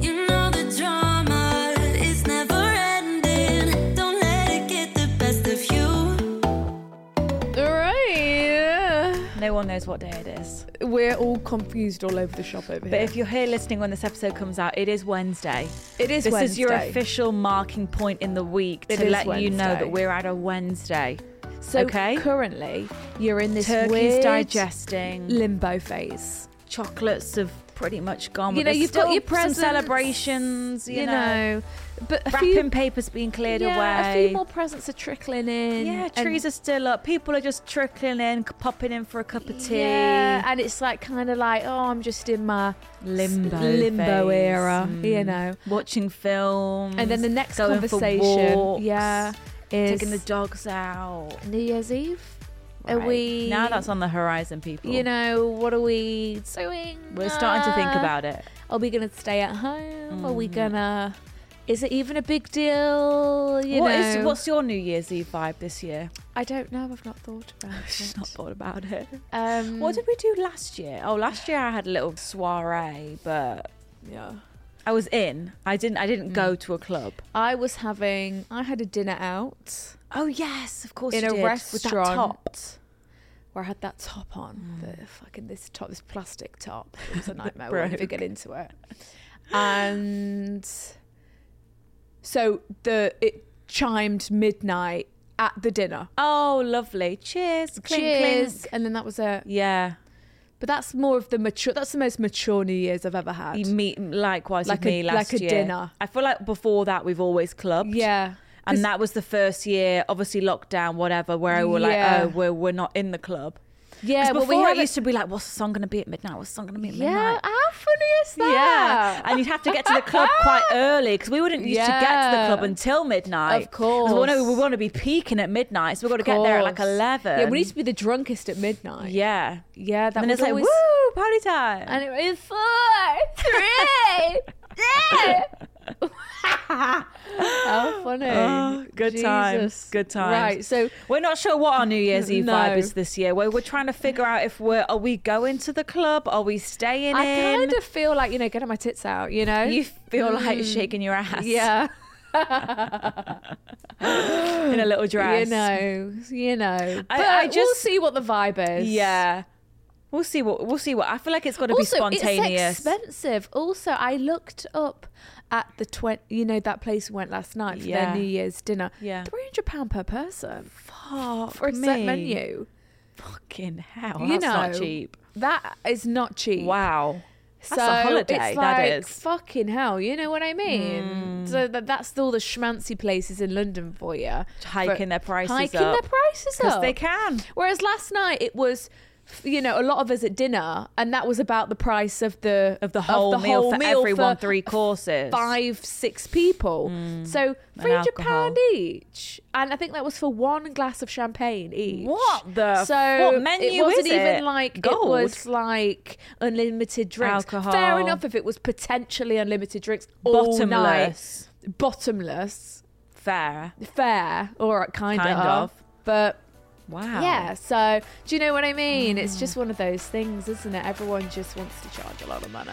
You know the drama is never ending. Don't let it get the best of you. All right. No one knows what day it is. We're all confused all over the shop over But here. if you're here listening when this episode comes out, it is Wednesday. it is this Wednesday. is your official marking point in the week It to is let you know Wednesday. that we're at a Wednesday. So okay. currently, you're in this Turkey's weird digesting. limbo phase. Chocolates have pretty much gone. You know, but there's you've got Oh still your some presents, celebrations. You, You know, know, but a wrapping few, papers being cleared yeah, away. a few more presents are trickling in. yeah, and- trees are still up. People are just trickling in, c- popping in for a cup of tea. Yeah, and it's like kind of like, oh, I'm just in my limbo, limbo phase. era, you know. watching films, And then the next going for conversation, walks, yeah, is taking the dogs out. New Year's Eve. Are Right. we now that's on the horizon, people? You know, what are we doing? we're starting to think Uh, about Mm. it. Are we gonna stay at home? Are we gonna? Is it even a big deal? You What know, is- what's your New Year's Eve vibe this year? I don't know. I've not thought about it. She's not thought about it. Um, What did we do last year? Oh, last year I had a little soiree, but yeah. I was in. I didn't. I didn't Mm. go to a club. I was having. I had a dinner out Oh yes, of course. in you a did, restaurant with that top. where I had that top on. Mm. The fucking this top, this plastic top. It was a nightmare. we'll never broke. get into it. And so the it chimed midnight at the dinner. Oh, lovely. Cheers. Clink, Cheers, Clink. and then that was it. Yeah. But that's more of the mature. That's the most mature New Year's I've ever had. You meet likewise Like with a- me last like a year. dinner. I feel like before that we've always clubbed. yeah, And that was the first year, obviously lockdown, whatever, where I were Yeah. like, oh, we're, we're not in the club. yeah. Because Well, we before it haven't- used to be like, what's the song going to be at midnight? What's the song going to be at yeah. midnight? How funny is that? Yeah, and you'd have to get to the club quite early because we wouldn't used to get to the Yeah. club until midnight. Of 'Cause We course. want to we want to be peaking at midnight, so we've got to Of get there at like course. eleven. Yeah, we used to be the drunkest at midnight. Yeah, yeah. That and then would it's like always- woo party time. And it was four, three, two. How funny! Oh, good times. Jesus. Good times. Right. So We're not sure what our New Year's Eve vibe No. is this year. We're, we're trying to figure out if we're are we going to the club? Are we staying I in? kind of feel like you know, getting my tits out. You know, you feel like shaking your ass. yeah. In a little dress. You know, you know. I- but I we'll just- see what the vibe is. Yeah. We'll see what we'll see what I feel like it's gotta be Also, spontaneous. it's expensive. Also, I looked up at the twenty. You know that place we went last night for Yeah. their New Year's dinner. Yeah. three hundred pound per person Fuck for a set me. menu. Fucking hell. You that's not know, cheap. That is not cheap. Wow. so that's a holiday, It's like, that is. Mm. fucking hell. You know what I mean? So that, that's all the schmancy places in London for you. Hiking their prices hiking up. their prices up Because they can. Whereas last night it was, f- you know, a lot of us at dinner, and that was about the price of the Of the whole meal for everyone, three courses. five six people. So three hundred pound alcohol. each, and I think that was for one glass of champagne each. What the So f- what menu it wasn't is even it? like Gold? it was like unlimited drinks. Fair Alcohol. enough if it was potentially unlimited drinks. all Bottomless. night. bottomless, Fair. fair, or kind, Kind of. but. Wow. Yeah, so do you know what I mean? It's just one of those things, isn't it? Everyone just wants to charge a lot of money.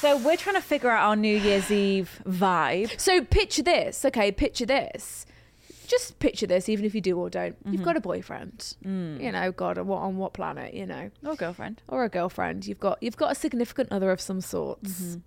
So we're trying to figure out our New Year's Eve vibe. So picture this, okay? Picture this. Just picture this, even if you do or don't. Mm-hmm. You've got a boyfriend, Mm. you know. God, on what on what planet, you know, Or girlfriend. or a girlfriend. You've got you've got a significant other of some sorts.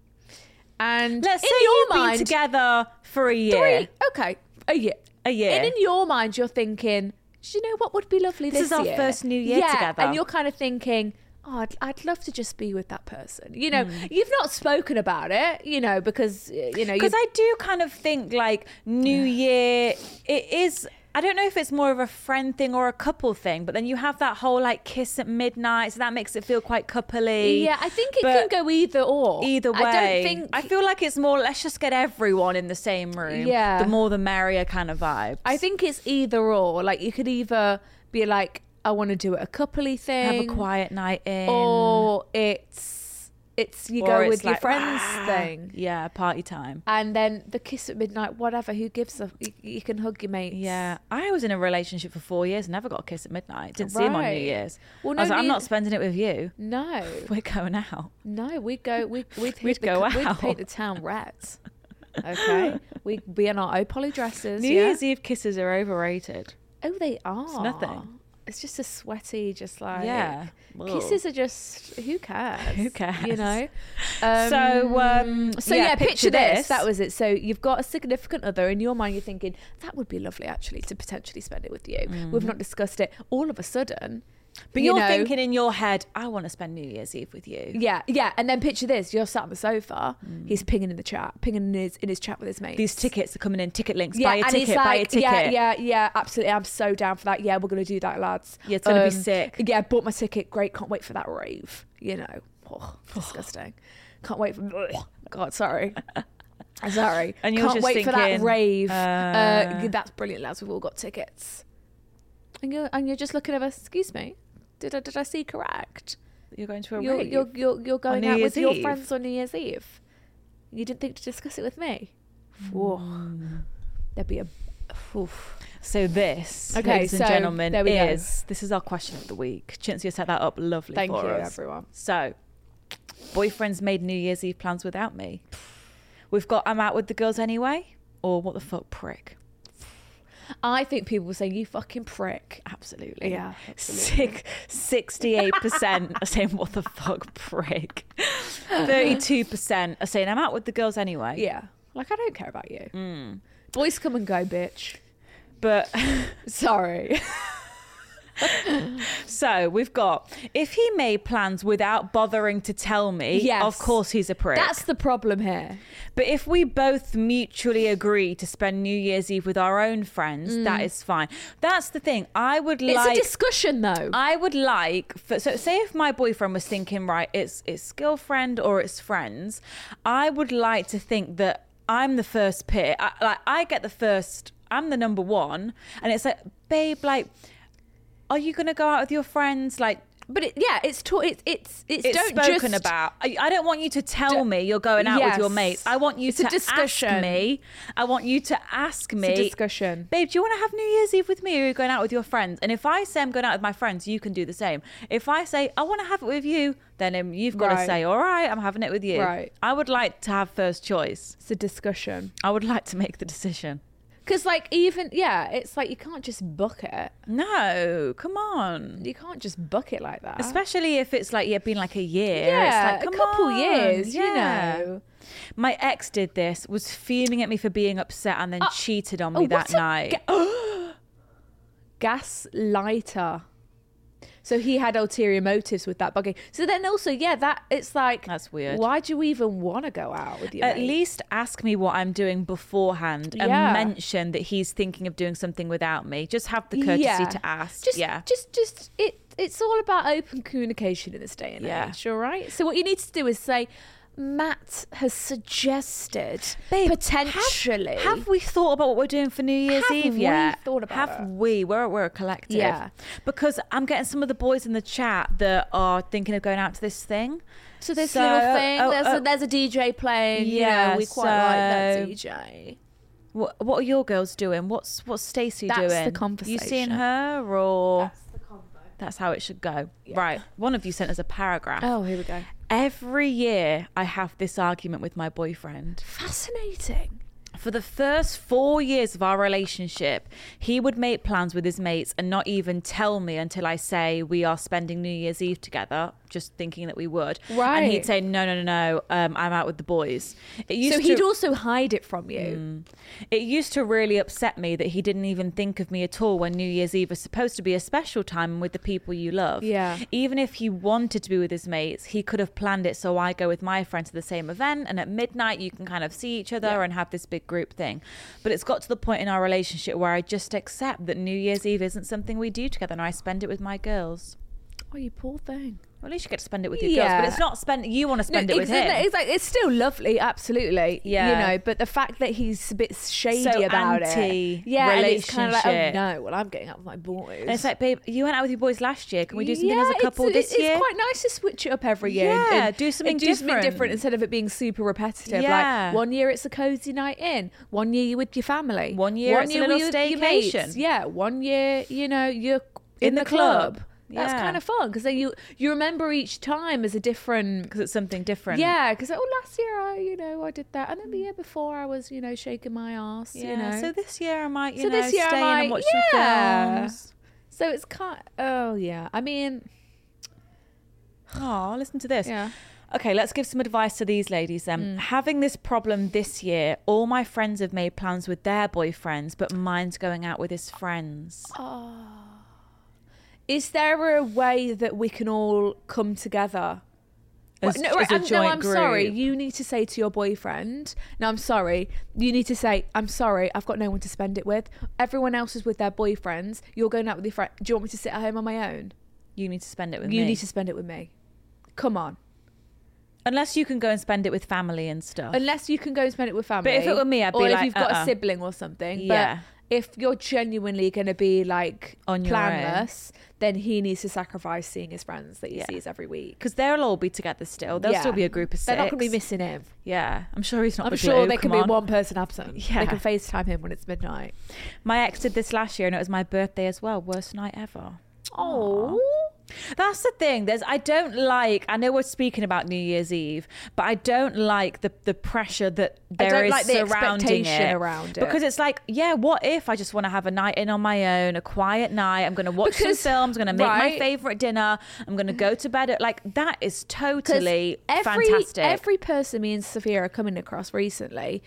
And Mm-hmm. Let's in say your you've mind, been together for a year. three, okay, a year. A year. And in your mind, you're thinking, do you know what would be lovely This this, is our year?" first New Year yeah, together. And you're kind of thinking, oh, I'd, I'd love to just be with that person. You know, Mm. you've not spoken about it, you know, because, uh, you know, you- Because I do kind of think like New Year, it is. I don't know if it's more of a friend thing or a couple thing, but then you have that whole like kiss at midnight, so that makes it feel quite coupley. yeah, I think it But can go either or. Either way, I don't think. I feel like it's more. Let's just get everyone in the same room. Yeah. the more the merrier kind of vibe. I think it's either or. Like, you could either be like, I want to do it a coupley have thing. a quiet night in, Or it's, it's you Or go it's with your like, friends "Ah." thing. Yeah, party time. And then the kiss at midnight, whatever, who gives a. You, you can hug your mates. Yeah, I was in a relationship for four years, never got a kiss at midnight. Didn't see him on New Right. Year's. Well, I was no, like, I'm neith- not spending it with you. No, We're going out. no, we'd go, we'd, we'd, hit We'd the, go co- We'd out. paint the town rats. Okay, we'd be in our old poly dresses. New yeah? Year's Eve kisses are overrated. Oh, they are. nothing. It's just a sweaty, just like Yeah. Kisses are just who cares? Oh. Who cares? You know. So, um, so yeah, yeah, picture, picture this. this. That was it. So you've got a significant other in your mind. You're thinking that would be lovely actually to potentially spend it with you. We've not discussed it. All of a sudden, Mm. But you you are know- thinking in your head, I want to spend New Year's Eve with you. Yeah, yeah. And then picture this: you're sat on the sofa. He's pinging in the chat, pinging in his in his chat with his mates. Mm. These tickets are coming in, ticket links, yeah, buy a and ticket, he's like, buy a ticket. Yeah, yeah, yeah. Absolutely, I'm so down for that. Yeah, we're gonna do that, lads. Um, Yeah, it's gonna be sick. Yeah, bought my ticket. Great, can't wait for that rave. You know, oh, disgusting. Can't wait for. God, sorry. Sorry, And you're can't just wait for that thinking, rave. Uh, uh, that's brilliant, lads. We've all got tickets, and you're and you're just looking at us. Excuse me, did I did I see correct? You're going to a you're, rave. you're you're you're going New out with Year's your Eve? friends on New Year's Eve. You didn't think to discuss it with me. Whoa, there'd be a. Oof. So this, Okay, ladies so and gentlemen, there we go. is this is our question of the week. Chintzia set that up lovely Thank for you, us. everyone. So, boyfriends made New Year's Eve plans without me. We've got I'm out with the girls anyway, or what the fuck, prick. I think people will say you fucking prick. Absolutely. Yeah, Six, 68% are saying, what the fuck, prick. 32% are saying, I'm out with the girls anyway. Yeah, like I don't care about you. Boys come and go, bitch. But Sorry. so we've got, if he made plans without bothering to tell me, Yes. of course he's a prick. That's the problem here. But if we both mutually agree to spend New Year's Eve with our own friends, that is fine. That's the thing. I would Mm. It's like. a discussion though. I would like for so say if my boyfriend was thinking right, it's it's girlfriend or it's friends. I would like to think that I'm the first pick. I, like I get the first. I'm the number one, and it's like, babe, like, are you gonna go out with your friends? Like. but it, yeah, it's ta- it's it's it's, It's don't spoken just, about. I, I don't want you to tell me you're going out with your Yes. mates. I want you It's a to discussion. ask me. I want you to ask me. discussion. Babe, do you want to have New Year's Eve with me or are you going out with your friends? And if I say I'm going out with my friends, you can do the same. If I say I want to have it with you, then um, you've got to Right. say, all right, I'm having it with you. Right. I would like to have first choice. It's a discussion. I would like to make the decision. Because like even yeah, it's like you can't just book it. No, come on. You can't just book it like that. Especially if it's like, yeah, been like a year. Ah. yeah, it's like, a come couple on. years, Yeah. you know. My ex did this, was fuming at me for being upset and then cheated on me Oh, that what a night. ga- Gas lighter. So he had ulterior motives with that bugging. So then also, yeah, that it's like That's weird. Why do we even want to go out with you? At least ask me what I'm doing beforehand and Yeah. mention that he's thinking of doing something without me. Just have the courtesy to ask. Just, yeah. just, just it. it's all about open communication in this day and Yeah. age, all right? So what you need to do is say, Matt has suggested Babe, potentially. Have, have we thought about what we're doing for New Year's Have Eve we yet? thought about Have it? we? We're we're a collective. Yeah. Because I'm getting some of the boys in the chat that are thinking of going out to this thing. so this So- little thing, oh, there's, oh. a, there's a DJ playing. Yeah, Yeah, we quite like that so- DJ. What what are your girls doing? What's what's Stacey That's the doing? You conversation. seeing her or? That's the convo. That's how it should go. Right. One of you sent us a paragraph. Oh, here we go. Every year I have this argument with my boyfriend. Fascinating. For the first four years of our relationship, he would make plans with his mates and not even tell me until I say we are spending New Year's Eve together, just thinking that we would. And Right. he'd say, no, no, no, no, um, I'm out with the boys. It used So he'd to, Mm. also hide it from you. it used to really upset me that he didn't even think of me at all when New Year's Eve is supposed to be a special time with the people you love. Yeah. Even if he wanted to be with his mates, he could have planned it so I go with my friend to the same event and at midnight you can kind of see each other and have this big group thing. But it's got to the point in our relationship where I just accept that New Year's Eve isn't something we do together and I spend it with my girls. Oh, you poor thing. Well, at least you get to spend it with your girls, Yeah. but it's not spend you want to spend it with it's, him. It's like it's still lovely, absolutely. Yeah. you know, but the fact that he's a bit shady So about it, anti- yeah, and it's kind of like, oh relationship. no, well, I'm getting out with my boys. And it's like, babe, you went out with your boys last year. Can we do something Yeah, as a couple it's, this it's year? quite nice to switch it up every year. Yeah, do something and do something different. different instead of it being super repetitive. Yeah. Like one year it's a cozy night in, one year you're with your family, One year it's a little you're with your mates. staycation. Yeah, one year you know you're in, In the, the club. club. That's Yeah. kind of fun because then you you remember each time as a different because it's something different. Mm. Yeah, because oh, last year I, you know, I did that, and then the year before I was, you know, shaking my ass. Yeah. You know, So this year I might, you So know, this year I stay in might- and watch yeah. some films. so it's kind. oh yeah, I mean, Oh, listen to this. Yeah. Mm. Okay, let's give some advice to these ladies then. Having this problem this year, all my friends have made plans with their boyfriends, but mine's going out with his friends. Oh, is there a way that we can all come together? Well, no, right, I'm, no, I'm sorry. You need to say to your boyfriend, no, I'm sorry. You need to say, I'm sorry, I've got no one to spend it with. Everyone else is with their boyfriends. You're going out with your friend. Do you want me to sit at home on my own? You need to spend it with you me. need to spend it with me. Come on. Unless you can go and spend it with family and stuff. Unless you can go and spend it with family. But if it were me, I'd or be if like, you've got a uh-uh. sibling or something. Yeah. But if you're genuinely going to be like On your own. planless, then he needs to sacrifice seeing his friends that he sees every week. Because they'll all be together still. There'll Yeah. still be a group of 6 They're not going to be missing him. Yeah, I'm sure he's not. I'm the sure glue, there can oh, come be on. one person absent. They Yeah. can FaceTime him when it's midnight. My ex did this last year, and it was my birthday as well. Worst night ever. Oh. That's the thing. There's I don't like. I know we're speaking about New Year's Eve, but I don't like the the pressure that there is don't like the surrounding expectation it, around it. because it's like, yeah, what if I just want to have a night in on my own, a quiet night? I'm going to watch Because- some films. I'm going to make right. my favorite dinner. I'm going to go to bed at like that is totally every, fantastic. Every person me and Sophia are coming across recently.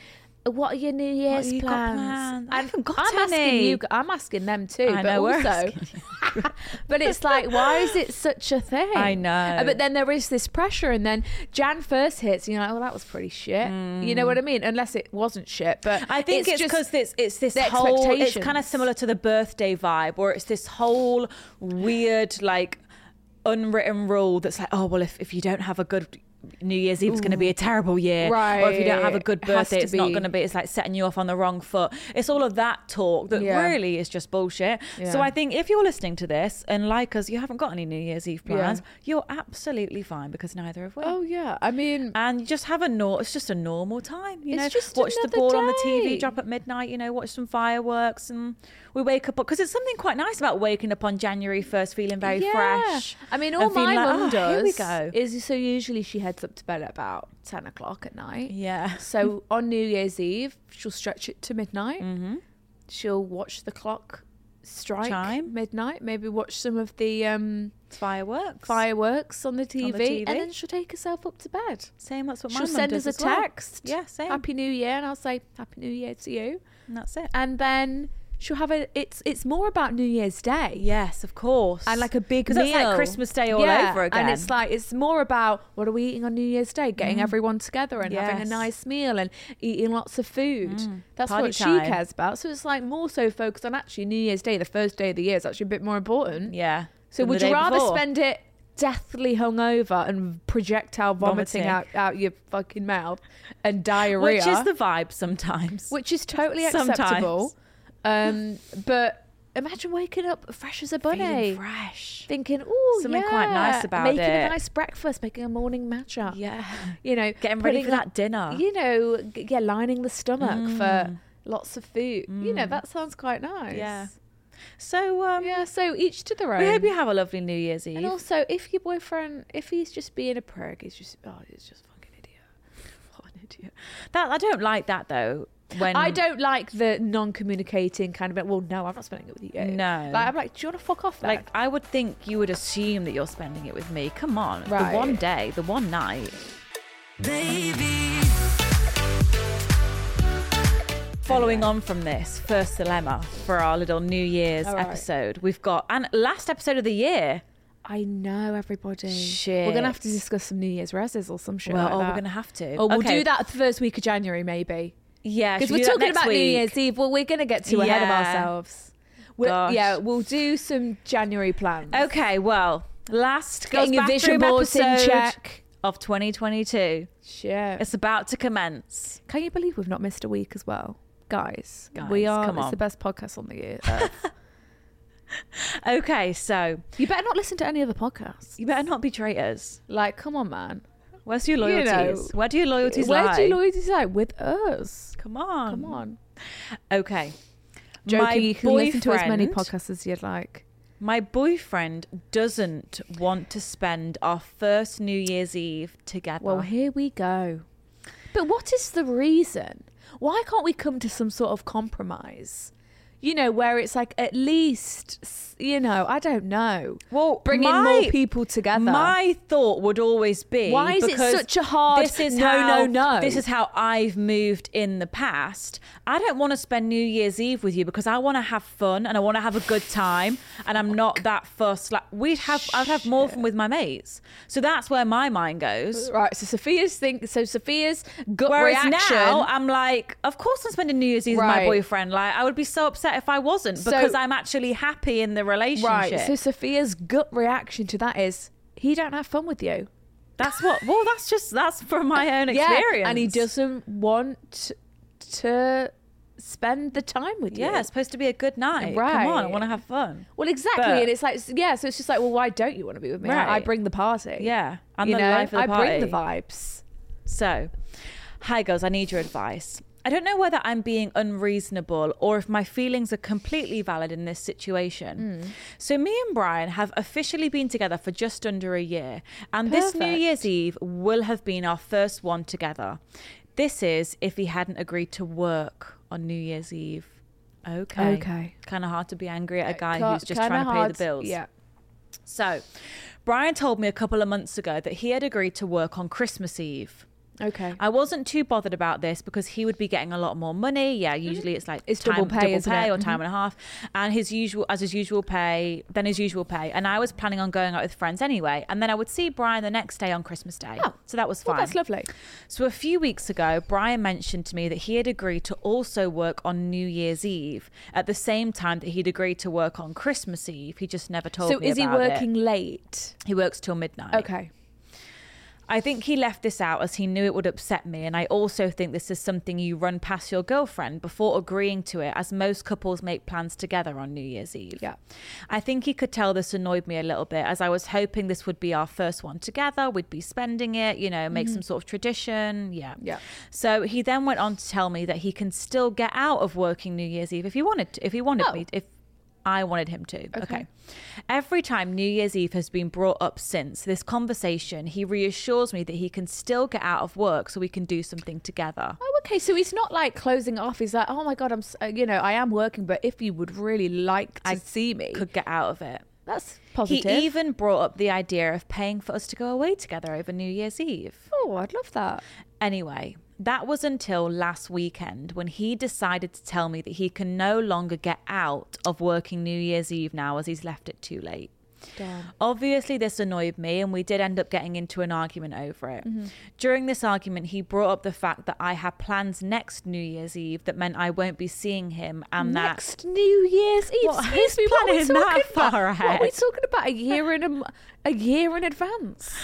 uh, What are your New Year's you got plans? planned? I I'm- haven't got I'm asking any. you. I'm asking them too. I but know, we're also, asking but it's like, why is it such a thing? I know. Uh, But then there is this pressure, and then Jan first hits, and you're like, well, that was pretty shit. You know what I mean? Unless it wasn't shit, but Mm. I think it's just because it's it's this the whole it's expectations. kind of similar to the birthday vibe, or it's this whole weird like unwritten rule that's like, oh well, if if you don't have a good New Year's Eve, it's going to be a terrible year, Or if you don't have a Right. good It has birthday, to it's not be. going to be. It's like setting you off on the wrong foot. It's all of that talk that Yeah. really is just bullshit. Yeah. So I think if you're listening to this and like us, you haven't got any New Year's Eve Yeah. plans, you're absolutely fine because neither have we Oh yeah, I mean, and you just have a nor it's just a normal time you It's know just watch the another ball on the day. tv drop at midnight you know watch some fireworks and we wake up because it's something quite nice about waking up on january 1st feeling very fresh I mean, and all feeling my like, mum "Oh, does here we go is so usually she heads up to bed at about ten o'clock at night. yeah So on New Year's Eve, she'll stretch it to midnight. Mm-hmm. She'll watch the clock strike Chime. midnight. Maybe watch some of the um, fireworks fireworks on the, TV, TV. and then she'll take herself up to bed. same that's what my she'll mum send does us a as well. text. yeah same Happy New Year, and I'll say Happy New Year to you. and that's it And then she'll have a. It's it's more about New Year's Day. yes of course and like a big 'Cause meal. that's like christmas day all Yeah, over again Mm. And it's like it's more about what are we eating on New Year's Day, getting everyone together and having a Yes. Mm. nice meal and eating lots of food. That's Party what she time. cares about. So it's like more so focused on actually New Year's Day, the first day of the year, is actually a bit more important. yeah So than would the you day rather before. spend it deathly hungover and projectile vomiting, Vomiting. Out, out your fucking mouth and diarrhea, which is the vibe sometimes. which is totally Sometimes. acceptable. Um, but imagine waking up fresh as a bunny, Feeling fresh. thinking, "Ooh, Something quite nice yeah," about making a it. nice breakfast, making a morning matcha. Yeah. you know, Getting ready putting for up- that dinner. Mm. You know, g- yeah, lining the stomach for lots of food. You know, that sounds quite nice. Yeah. So um, yeah. So each to their own. we hope you have a lovely New Year's Eve. And also, if your boyfriend, if he's just being a prick, he's just oh, he's just fucking idiot. What an idiot. that I don't like that though. When I don't like the non-communicating kind of. Well, no, I'm not spending it with you. No. like, I'm like, do you want to fuck off? Then? like. I would think you would assume that you're spending it with me. Come on, Right. the one day, the one night. Baby, Following on from this first dilemma for our little New Year's All right. episode, we've got and last episode of the year. I know everybody. Shit. We're gonna have to discuss some New Year's reses or some shit. well, like oh, that. we're gonna have to. Or we'll Okay. do that the first week of January, maybe. Yeah, Because should we're we do that talking next about New week? Year's Eve. Well, we're gonna get too ahead of Yeah. ourselves. We'll- Gosh. yeah, we'll do some January plans. Okay, well, last Getting girls your vision bathroom boards in episode check. of 2022. Shit. It's about to commence. Can you believe we've not missed a week as well? Guys, we Guys, are come it's on. the best podcast on the earth. Okay, so you better not listen to any other podcasts. you better not be traitors. Like, come on, man. Where's your You know, loyalties? Where do your loyalties Where lie? do you always decide? With us. Come on, Come on. Okay, Joking, Um, My you can listen to as many boyfriend- podcasts as you'd like. my boyfriend doesn't want to spend our first New Year's Eve together. Well, here we go. But what is the reason? Why can't we come to some sort of compromise? You know, where it's like at least, s- you know, I don't know. Well, bringing my- more people together. My thought would always be Why is it because such a hard This is no, how, no, no? This is how I've moved in the past. I don't want to spend New Year's Eve with you because I want to have fun and I want to have a good time, and I'm not that fussed. Like we'd have, I'd have more fun with my mates. So that's where my mind goes. Right, so Sophia's think so Sophia's gut Whereas reaction. now I'm like, of course I'm spending New Year's Eve Right. with my boyfriend. Like I would be so upset if I wasn't So- because I'm actually happy in the relationship. right, so Sophia's gut reaction to that is he don't have fun with you. that's what. Well, that's just that's from my own experience. and he doesn't want to spend the time with you. Yeah, it's supposed to be a good night. Come on, I Right. want to have fun. Well, exactly, But- and it's like yeah, so it's just like, well, why don't you want to be with me? I- I, Right. bring the party. Yeah, I'm you the know, life of the I bring the party. vibes. So, hi girls, I need your advice. I don't know whether I'm being unreasonable or if my feelings are completely valid in this situation. Hmm. So, me and Brian have officially been together for just under a year, and this New Perfect. Year's Eve will have been our first one together. This is if he hadn't agreed to work on New Year's Eve. Okay. Okay. Uh, Kind of hard to be angry at a guy Ca- who's just kinda trying to pay hard- the bills. Yeah. So, Brian told me a couple of months ago that he had agreed to work on Christmas Eve. Okay. I wasn't too bothered about this because he would be getting a lot more money. Yeah, usually it's like Mm-hmm. It's double pay, isn't it? Mm-hmm. or time and a half, and his usual as his usual pay, then his usual pay. And I was planning on going out with friends anyway, and then I would see Brian the next day on Christmas Day. Oh, so that was fine. Well, that's lovely. So a few weeks ago, Brian mentioned to me that he had agreed to also work on New Year's Eve at the same time that he'd agreed to work on Christmas Eve. He just never told So me is he about it. working late? He works till midnight. Okay. I think he left this out as he knew it would upset me. And I also think this is something you run past your girlfriend before agreeing to it, as most couples make plans together on New Year's Eve. Yeah. I think he could tell this annoyed me a little bit, as I was hoping this would be our first one together. We'd be spending it, you know, make some sort of tradition. Yeah. Mm-hmm. Yeah. So he then went on to tell me that he can still get out of working New Year's Eve if he wanted to, if he wanted Oh. me if I wanted him to. Okay. Every time New Year's Eve has been brought up since this conversation, he reassures me that he can still get out of work so we can do something together. Oh, okay. So he's not like closing off. He's like, oh my god, I'm, s- uh, you know, I am working, but if you would really like to I see me, Could get out of it. that's positive. He even brought up the idea of paying for us to go away together over New Year's Eve. oh, I'd love that. Ah. Anyway, that was until last weekend when he decided to tell me that he can no longer get out of working New Year's Eve now as he's left it too late. Obviously, this annoyed me, and we did end up getting into an argument over it. During this argument, he brought up the fact that I had plans next New Year's Eve that meant I won't be seeing him, and that Next New Year's Eve. What? Excuse me, Who's what are we planning talking that about? far What are we ahead? talking about? A year in a, m- a year in advance.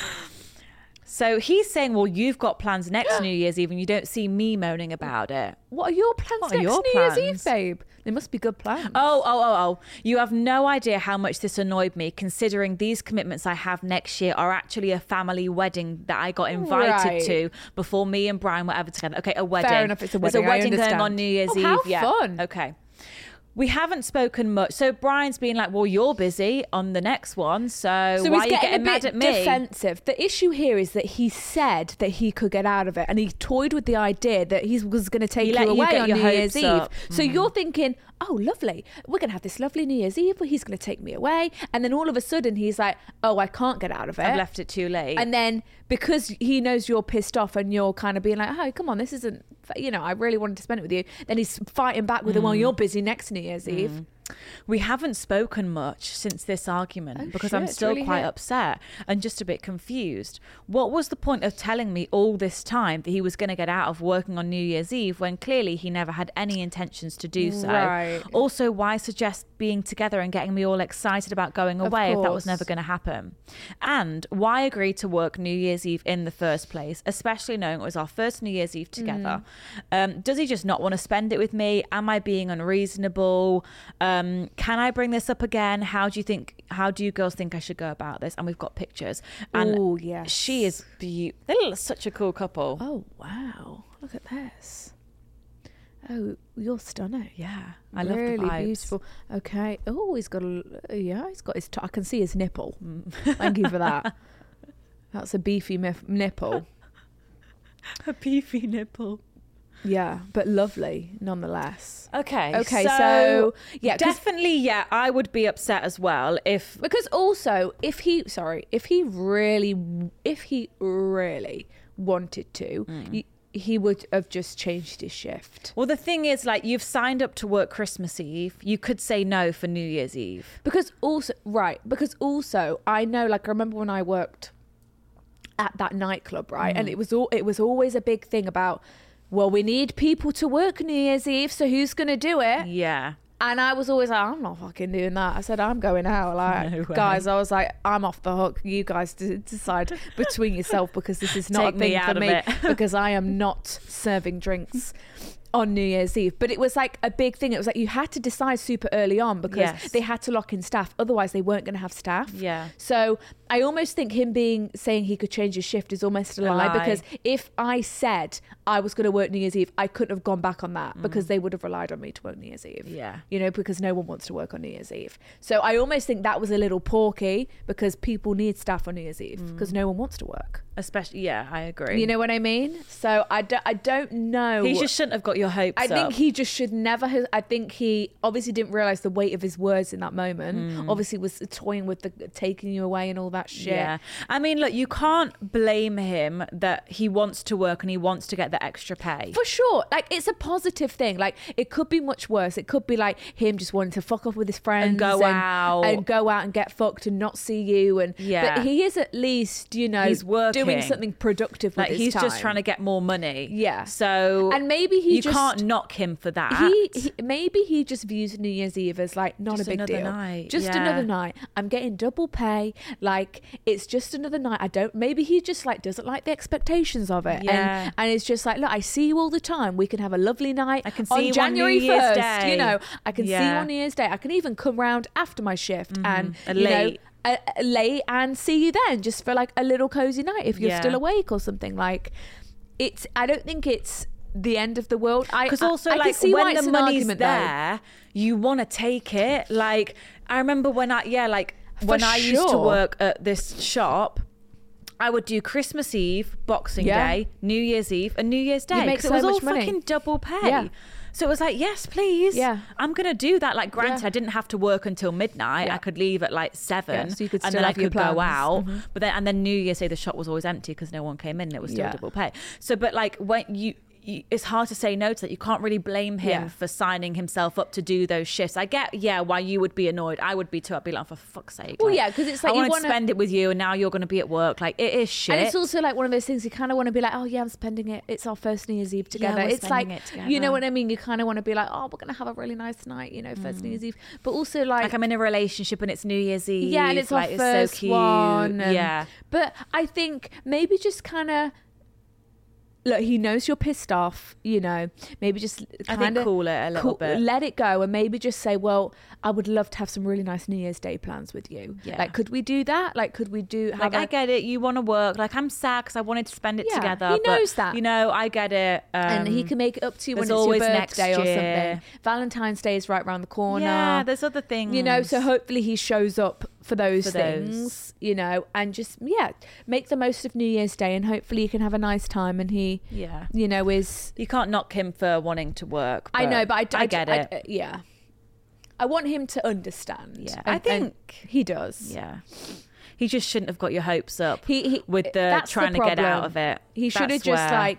So he's saying, "Well, you've got plans next New Year's Eve, and you don't see me moaning about it." What are your plans What are next your New Year's Eve, plans? babe? They must be good plans. Oh, oh, oh, oh. You have no idea how much this annoyed me, considering these commitments I have next year are actually a family wedding that I got invited Right. to before me and Brian were ever together. Okay, a wedding. enough, it's a There's wedding, a I wedding going on understand. New Year's Oh, Eve. how yeah. fun. Okay. We haven't spoken much. So Brian's been like, well, you're busy on the next one. So, So he's why are you getting, getting a mad bit at me? defensive. The issue here is that he said that he could get out of it, and he toyed with the idea that he was going to take He you let you away get on your New hopes Year's Eve. up. Mm-hmm. So you're thinking, "Oh, lovely, we're going to have this lovely New Year's Eve where he's going to take me away," and then all of a sudden he's like, "Oh, I can't get out of it. I've left it too late. And then because he knows you're pissed off and you're kind of being like, "Oh, come on, this isn't," you know, I really wanted to spend it with you. Then he's fighting back with him. Mm. Well, you're busy next New Year's Eve. We haven't spoken much since this argument Oh, because shit, I'm it's still really quite hit. upset and just a bit confused. What was the point of telling me all this time that he was going to get out of working on New Year's Eve when clearly he never had any intentions to do so? Right. Also, why suggest being together and getting me all excited about going away if that was course. never going to happen? And why agree to work New Year's Eve in the first place, especially knowing it was our first New Year's Eve together? Mm. Um, does he just not want to spend it with me? Am I being unreasonable? Um, can I bring this up again? How do you think? How do you girls think I should go about this? And we've got pictures. And Ooh, yes. she is beautiful. They look such a cool couple. Oh wow! Look at this. Oh, you're stunning. Yeah, I love really the vibes. beautiful. Okay. Oh, he's got a l- yeah. He's got his. T- I can see his nipple. Mm, Thank you for that. That's a beefy mif- nipple. A beefy nipple. Yeah, but lovely nonetheless. Okay. Okay, so- yeah, 'cause- definitely. Yeah, I would be upset as well if Because also, if he sorry, if he really, if he really wanted to, y- he would have just changed his shift. Well, the thing is, like, you've signed up to work Christmas Eve. You could say no for New Year's Eve. Because also, right, because also I know like I remember when I worked at that nightclub, right? And it was all it was always a big thing about well, we need people to work New Year's Eve, so who's going to do it? Yeah. And I was always like, I'm not fucking doing that. I said, I'm going out. Like, No way. guys, I was like, I'm off the hook. You guys d- decide between yourself because this is not Take a me thing out for of me it. because I am not serving drinks on New Year's Eve. But it was like a big thing. It was like you had to decide super early on because Yes. they had to lock in staff. Otherwise, they weren't going to have staff. Yeah. So I almost think him being saying he could change his shift is almost a A lie lie. because if I said I was going to work New Year's Eve, I couldn't have gone back on that because they would have relied on me to work New Year's Eve. Mm. Yeah. You know, because no one wants to work on New Year's Eve. So I almost think that was a little porky because people need staff on New Year's Eve Mm. because no one wants to work. Especially, yeah, I agree. You know what I mean? So I, do, I don't know. he just shouldn't have got your hopes I up. think he just should never have. I think he obviously didn't realize the weight of his words in that moment. Mm. Obviously, was toying with the taking you away and all that shit. Yeah. I mean, look, you can't blame him that he wants to work and he wants to get the extra pay. For sure. Like it's a positive thing. Like it could be much worse. It could be like him just wanting to fuck off with his friends go out. and go out and get fucked and not see you and Yeah. But he is at least, you know, He's working. doing something productive with Like, his he's just time. trying to get more money. Yeah. So. And maybe he You just- can't knock him for that. he, he maybe he just views New Year's Eve as like not Just a big another deal. night, Just yeah. another night. I'm getting double pay. Like it's just another night. I don't. Maybe he just like doesn't like the expectations of it. Yeah. And, and it's just like, look, I see you all the time. We can have a lovely night. I can see on you on January New Year's 1st, You Day. know, I can see you Yeah. on New Year's Day. I can even come round after my shift and And you know, late. uh, uh, late and see you then just for like a little cozy night if you're Yeah. still awake or something like it's i don't think it's the end of the world I because I- also I can like see why when it's the an money's argument, though. there you want to take it like i remember when i yeah like when i used to sure. work at this shop I would do Christmas Eve, Boxing Yeah. Day, New Year's Eve, and New Year's Day. make 'cause so it was all much money. fucking double pay. Yeah. So it was like, yes, please. Yeah. I'm gonna do that. Like, granted, Yeah. I didn't have to work until midnight. I could leave at like seven, Yeah, so you could and still then I have your could go plans. Mm-hmm. out. But then, and then New Year's Day, the shop was always empty because no one came in. and It was still Yeah. double pay. So, but like when you you, it's hard to say no to that. You can't really blame him Yeah. for signing himself up to do those shifts. I get, yeah, why you would be annoyed. I would be too. I'd be like, "Oh, for fuck's sake. Well, yeah, 'cause it's like I you wanted wanna- to spend it with you, and now you're going to be at work. Like it is shit. And it's also like one of those things you kind of want to be like, oh yeah, I'm spending it. It's our first New Year's Eve together. we're it's like spending it together. you know what I mean. You kind of want to be like, oh, we're gonna have a really nice night, you know, first New Year's Eve. But also like, Mm. like I'm in a relationship and it's New Year's Eve. yeah, and it's like our first so cute. one. and- yeah. But I think maybe just kind of look. He knows you're pissed off. You know, maybe just I kind think of cool it a little cool- bit. Let it go and maybe just say, well, I would love to have some really nice New Year's Day plans with you. Yeah. Like, could we do that? Like, could we do? like Have I a- get it. You want to work. Like I'm sad because I wanted to spend it Yeah, together. he but, knows that. You know, I get it. Um, and he can make it up to you when it's there's your always next birthday or year. something. Valentine's Day is right around the corner. Yeah, there's other things. you know, so hopefully he shows up for those For those. things, you know, and just yeah, make the most of New Year's Day, and hopefully you can have a nice time. And he, Yeah. you know, is You can't knock him for wanting to work. I know, but I, d- I I d- get I it. d- yeah, I want him to understand. Yeah. and- I and think- he does. yeah. He just shouldn't have got your hopes up He, he with the that's trying to get out problem. of it. He should have That's just where- like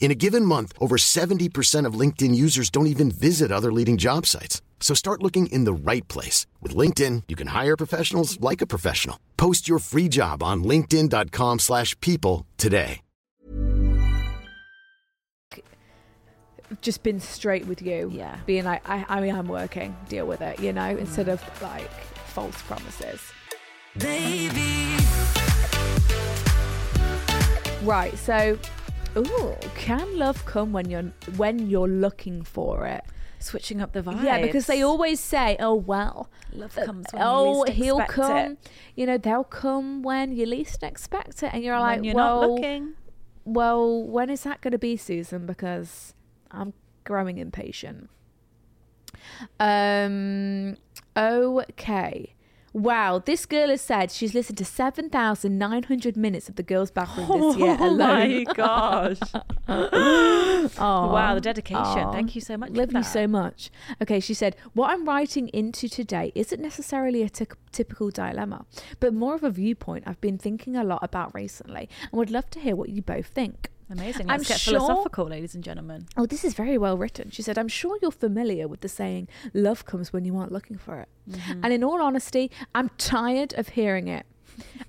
In a given month, over 70% of LinkedIn users don't even visit other leading job sites. So start looking in the right place. With LinkedIn, you can hire professionals like a professional. Post your free job on linkedin.com/people slash people today. just been straight with you. Yeah. Mm. Being like, I, I mean, I'm working, deal with it, you know, instead of like false promises. Baby, Right. So, ooh, can love come when you're when you're looking for it? switching up the vibe. Yeah, because they always say, "Oh well, Love uh, comes when you oh least he'll expect come," it. you know, they'll come when you least expect it, and you're When like, you're "Well, not looking. well, when is that going to be, Susan? Because I'm growing impatient. Um. Okay. Wow, this girl has said she's listened to 7,900 minutes of the girls' bathroom this year oh alone. my gosh. Aw. Wow, the dedication. Aw. Thank you so much. Love for you that. so much. Okay, she said, What I'm writing into today isn't necessarily a ty- typical dilemma, but more of a viewpoint I've been thinking a lot about recently and would love to hear what you both think. Amazing. I'm Let's get sure- philosophical, ladies and gentlemen. Oh, this is very well written. She said, I'm sure you're familiar with the saying, love comes when you aren't looking for it. And in all honesty, I'm tired of hearing it.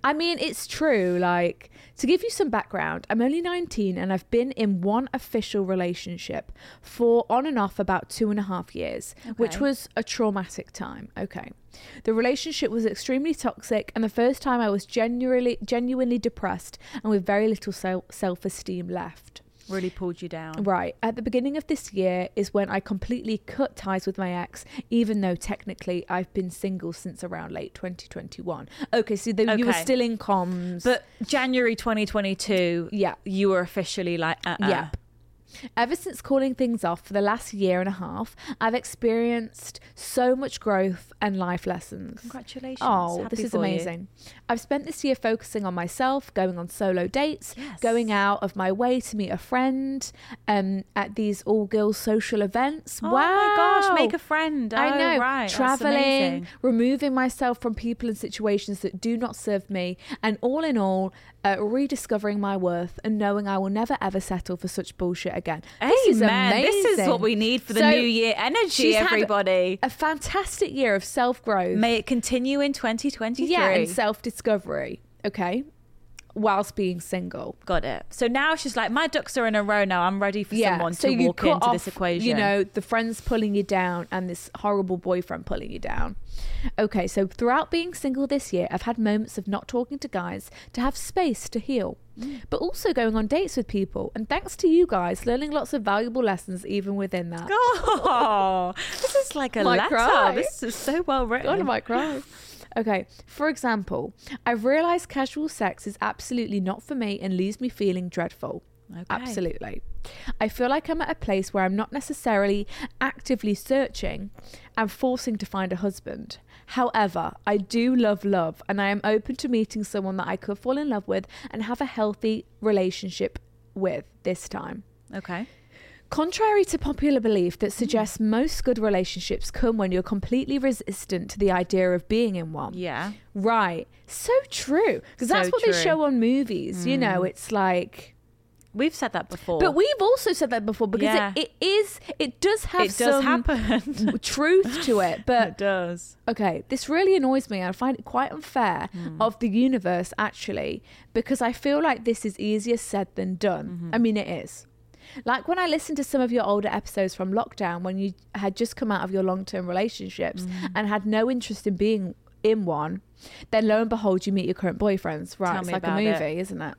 I mean, it's true. Like, to give you some background, I'm only 19 and I've been in one official relationship for on and off about two and a half years, which Okay. was a traumatic time. Okay. The relationship was extremely toxic, and the first time I was genuinely, genuinely depressed and with very little self esteem left. Really pulled you down. Right. At the beginning of this year is when I completely cut ties with my ex, even though technically I've been single since around late 2021. Okay, so the, you were Okay. still in comms. But January 2022, Yeah. you were officially like, uh, uh Yep. Ever since calling things off for the last year and a half, I've experienced so much growth and life lessons. Congratulations. Oh, Happy this is for you. amazing. I've spent this year focusing on myself, going on solo dates, going out of my way to meet a friend um, at these all girls social events. Oh wow. my gosh, make a friend. I Oh, know. right. That's Traveling, amazing. removing myself from people and situations that do not serve me, and all in all, uh, rediscovering my worth and knowing I will never ever settle for such bullshit again. This is Amen. This is amazing. what we need for the new year energy, she's had everybody. a fantastic year of self growth. May it continue in 2023. Yeah, and self discovery. Okay. whilst being single. Got it. So now she's like, my ducks are in a row now. I'm ready for someone so to you walk cut into off, this equation. You know, the friends pulling you down and this horrible boyfriend pulling you down. Okay, so throughout being single this year, I've had moments of not talking to guys to have space to heal, Mm. but also going on dates with people. And thanks to you guys, learning lots of valuable lessons even within that. Oh, this is like a Might letter. cry. This is so well written. God, I might cry. Okay, for example, I've realised casual sex is absolutely not for me and leaves me feeling dreadful. Okay. Absolutely. I feel like I'm at a place where I'm not necessarily actively searching and forcing to find a husband. However, I do love love and I am open to meeting someone that I could fall in love with and have a healthy relationship with this time. Okay. Contrary to popular belief Hmm. that suggests most good relationships come when you're completely resistant to the idea of being in one. Yeah. Right. So true. Because that's So what true. Hmm. they show on movies. You know, it's like. We've said that before. But we've also said that before because Yeah. it, it is, it does have it does some uh, happen. truth to it. But it does. Mm. Okay, this really annoys me. I find it quite unfair of the universe, actually, because I feel like this is easier said than done. Mm-hmm. I mean, it is. Like when I listened to some of your older episodes from lockdown when you had just come out of your long term relationships Mm. and had no interest in being in one, then lo and behold, you meet your current boyfriends. Right, Tell it's me like a about movie, it. is isn't it?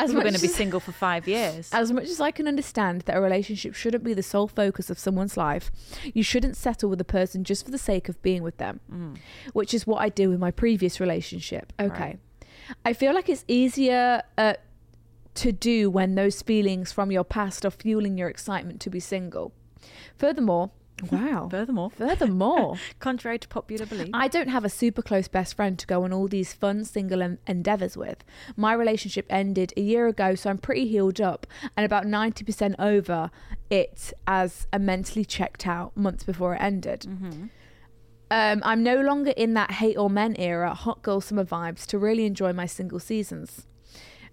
As We're going much to be as- single for five years. as much as I can understand that a relationship shouldn't be the sole focus of someone's life, you shouldn't settle with a person just for the sake of being with them, which is what I did with my previous relationship. Okay. I feel like it's easier uh, to do when those feelings from your past are fueling your excitement to be single. Furthermore, wow. Furthermore. Furthermore, Contrary to popular belief. I don't have a super close best friend to go on all these fun single en- endeavors with. My relationship ended a year ago, so I'm pretty healed up and about 90% over it as a mentally checked out months before it ended. Mm-hmm. Um, I'm no longer in that hate or men era, hot girl summer vibes to really enjoy my single seasons.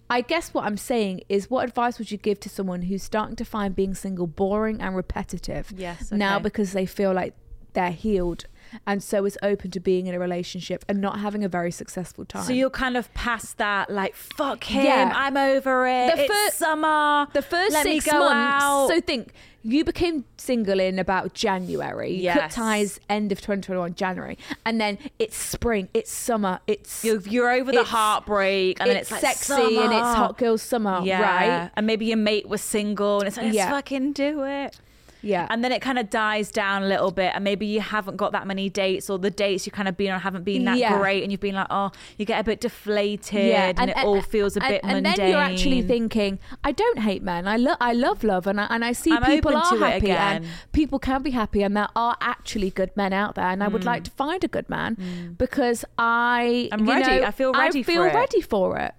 I guess what I'm saying is, what advice would you give to someone who's starting to find being single boring and repetitive? Yes, Now okay. because they feel like they're healed and so is open to being in a relationship and not having a very successful time. So you're kind of past that, like fuck him, Yeah. I'm over it. The it's fir- summer. the first let six me go months. Out. So think you became single in about January. You cut Yes. ties end of 2021 January, and then it's spring, it's summer, it's you're, you're over the it's- heartbreak, and then it's it's like sexy summer. and it's hot girl summer, yeah. right? And maybe your mate was single, and it's like let's Yeah. fucking do it. yeah. And then it kind of dies down a little bit, and maybe you haven't got that many dates, or the dates you kind of been on haven't been that Yeah. great, and you've been like, oh, you get a bit deflated, and, it all feels a and- bit and mundane. then you're actually thinking, I don't hate men. I love, I love love, and I, and I see I'm people open are to it happy, and again. people can be happy, and there are actually good men out there. And I would like to find a good man because I, Mm. I'm you ready. know, I feel ready I for feel it. ready for it.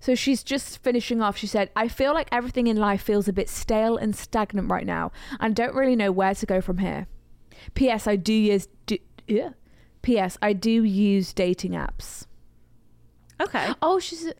So she's just finishing off. She said, I feel like everything in life feels a bit stale and stagnant right now, and don't really know where to go from here. P.S. I do use. Do, yeah. P.S. I do use dating apps. okay, Oh, she's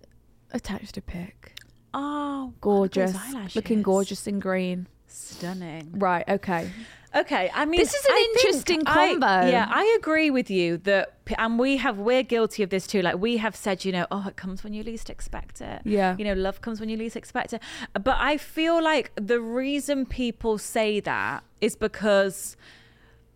attached a pic. oh, Gorgeous. eyelashes. Looking gorgeous in green. stunning. Right, okay. Okay, I mean, This is an I think interesting I- combo. yeah, I agree with you that, p- and we have we're guilty of this too. Like we have said, you know, oh, it comes when you least expect it. Yeah. you know, love comes when you least expect it. But I feel like the reason people say that is because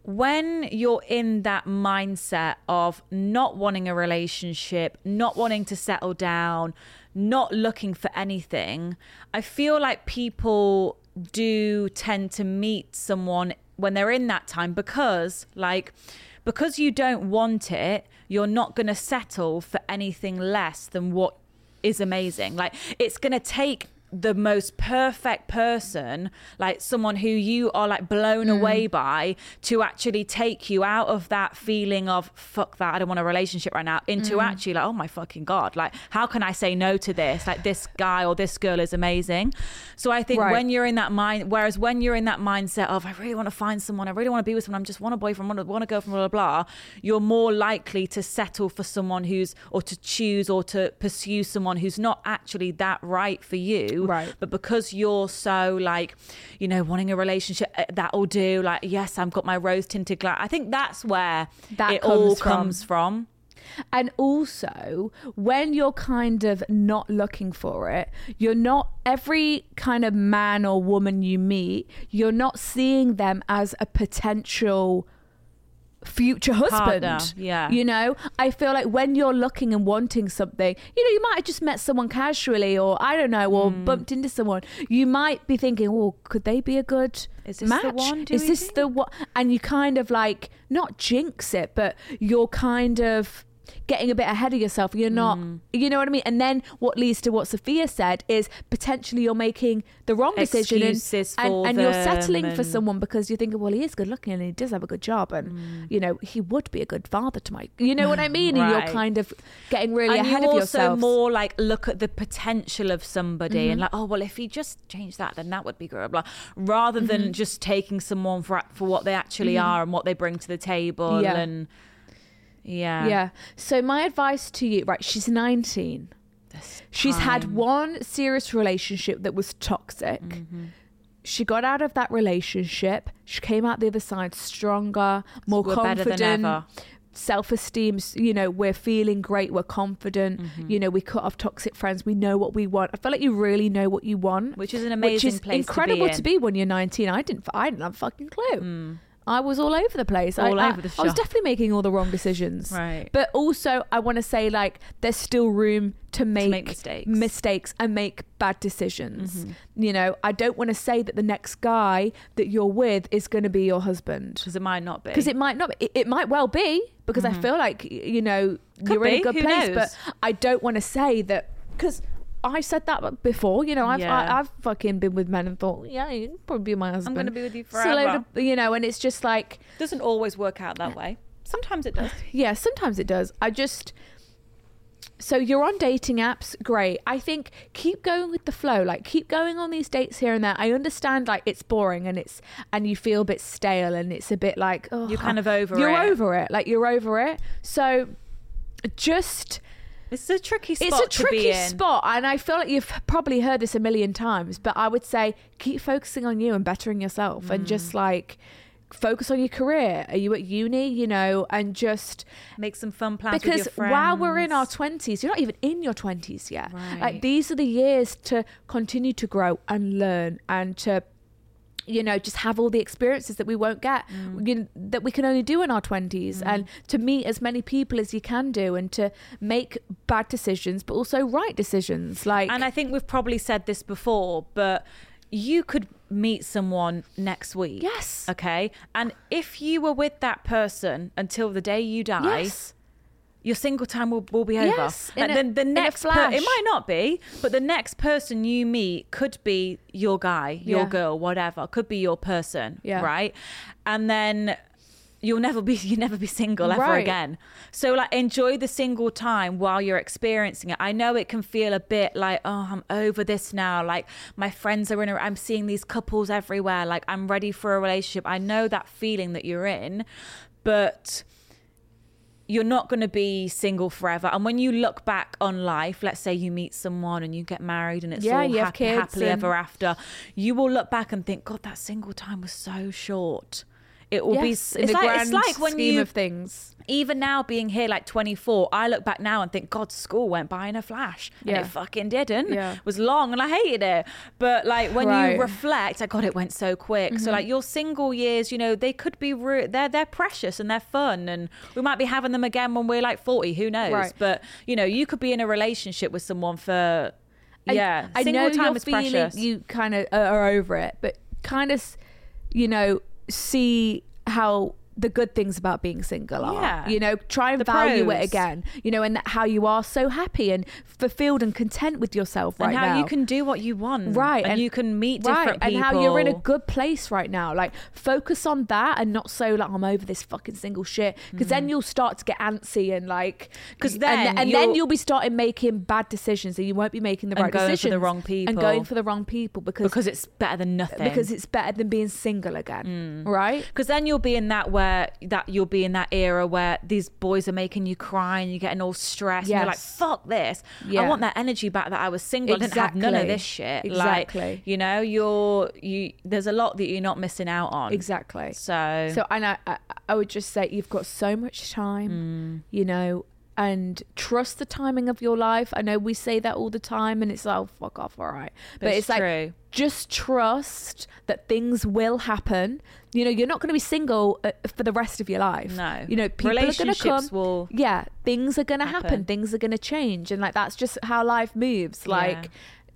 when you're in that mindset of not wanting a relationship, not wanting to settle down, not looking for anything, I feel like people do tend to meet someone when they're in that time because, like, because you don't want it, you're not going to settle for anything less than what is amazing. Like it's gonna take the most perfect person, like someone who you are like blown away by, to actually take you out of that feeling of fuck that I don't want a relationship right now into actually like oh my fucking god, like how can I say no to this? Like this guy or this girl is amazing. So I think Right. when you're in that mind, whereas when you're in that mindset of I really want to find someone, I really want to be with someone, I just want a boyfriend, want to want a girlfriend, blah blah blah. You're more likely to settle for someone who's or to choose or to pursue someone who's not actually that right for you. Right. But because you're so like, you know, wanting a relationship eh, that'll do. Like yes, I've got my rose tinted glass. I think that's where That it all comes from. comes from. And also, when you're kind of not looking for it, you're not every kind of man or woman you meet, you're not seeing them as a potential future husband. Partner, yeah. You know, I feel like when you're looking and wanting something, you know, you might have just met someone casually or I don't know, Mm. or bumped into someone. You might be thinking, oh, could they be a good Is this the match? one, do Is we this think? the one? And you kind of like, not jinx it, but you're kind of getting a bit ahead of yourself. You're not, Mm. you know what I mean? And then what leads to what Sophia said is potentially you're making the wrong decision and, Excuses and, for and you're them settling for and- someone someone because you're thinking, well, he is good looking and he does have a good job, and Mm. you know he would be a good father to my. You know what I mean? And Right. you're kind of getting really and ahead you of also yourself. more like look at the potential of somebody Mm-hmm. and like, oh well, if he just changed that, then that would be good. Blah, rather Mm-hmm. than just taking someone for for what they actually are and what they bring to the table. Yeah. And yeah, yeah. So my advice to you, right? She's 19. She's had one serious relationship that was toxic. Mm-hmm. She got out of that relationship. She came out the other side stronger, more We're better confident. than ever. self esteem, you know, we're feeling great, we're confident, Mm-hmm. you know, we cut off toxic friends, we know what we want. I feel like you really know what you want, Which is an amazing place to be incredible in. Mm. when you're 19. I didn't, I didn't have a fucking clue. I was all over the place. All I, over the I, I was shop. definitely making all the wrong decisions. Right. But also, I want to say like there's still room to make, make mistakes. Mm-hmm. mistakes and make bad decisions. You know, I don't want to say that the next guy that you're with is going to be your husband because it might not be Mm-hmm. because it might not it, it might well be because i feel like y- you know Could you're in be, a good who place knows? but i don't want to say that because I said that before, you know. I've Yeah. I, I've fucking been with men and thought, yeah, you can probably be my husband. gonna be with you It's a load forever. of- you know. And it's just like, doesn't always work out that way. Sometimes it does. yeah, sometimes it does. I just so you're on dating apps, great. I think keep going with the flow. Like keep going on these dates here and there. I understand like it's boring and it's and you feel a bit stale and it's a bit like oh, You're kind of over You're it. over it. Like you're over it. So just It's a tricky spot. it's a to be tricky in. spot and I feel like you've probably heard this a million times, but I would say keep focusing on you and bettering yourself and Mm. just like focus on your career. Are you at uni, you know, and just Make some fun plans because with your while we're in our friends. 20s you're not even in your 20s yet Right. like these are the years to continue to grow and learn and to you know just have all the experiences that we won't get Mm. you know, that we can only do in our 20s and to meet as many people as you can do and to make bad decisions but also right decisions like And I think we've probably said this before, but you could meet someone next week. Yes. Okay. And if you were with that person until the day you die, yes your single time will, will be over. Yes, in Like, a- the, the in a next per- flash. it might not be, but the next person you meet could be your guy, your Yeah. girl, whatever. Could be your person. Yeah. Right. And then you'll never be you will never be single ever Right. again. So like enjoy the single time while you're experiencing it. I know it can feel a bit like oh I'm over this now. Like my friends are in a, I'm seeing these couples everywhere. Like I'm ready for a relationship. I know that feeling that you're in, but you're not going to be single forever. And when you look back on life, let's say you meet someone and you get married and it's Yeah, all you have happy, kids happily and- ever after, you will look back and think, God, that single time was so short. It will be. yes, s- in It's the like, grand it's like when scheme you of things even now being here like 24 i look back now and think god school went by in a flash and Yeah. it fucking didn't Yeah. it was long and i hated it but like when Right. Mm-hmm. you reflect i god it went so quick so like your single years you know they could be re- they're they're precious and they're fun and we might be having them again when we're like 40 who knows Right. but you know you could be in a relationship with someone for I- yeah I single know time you're is feeling precious you kind of are over it, but kind of, you know, see how the good things about being single are. Yeah. You know, try and The value pros. it again. You know, and that how you are so happy and fulfilled and content with yourself right and how now you can do what you want right and, you can meet right, different and people how you're in a good place right now like focus on that and not so like i'm over this fucking single shit because then you'll start to get antsy and like Mm. 'Cause and then and, then you'll- you'll be starting making bad decisions and you won't be making the And right going for the decisions wrong and people. going for the wrong people because because it's Mm. better than nothing because it's better than being single again right because then you'll be in that where that you'll be in that era where these boys are making you cry and you're getting all stressed and you're like Yes. fuck this i Yeah. want that energy back that i was single i didn't have none of Exactly. this shit like Exactly. you know you're you there's a lot that you're not missing out on exactly so Mm. so and I, I i would just say you've got so much time you know and trust the timing of your life. I know we say that all the time and it's like, oh, fuck off, all right. But, It's it's, like, true. just trust that things will happen. You know, you're not going to be single uh, for the rest of your life. No. You know, people are going to come. Relationships will- yeah, things are going to happen. Happen. Things are going to change. And like, that's just how life moves. Yeah. Like,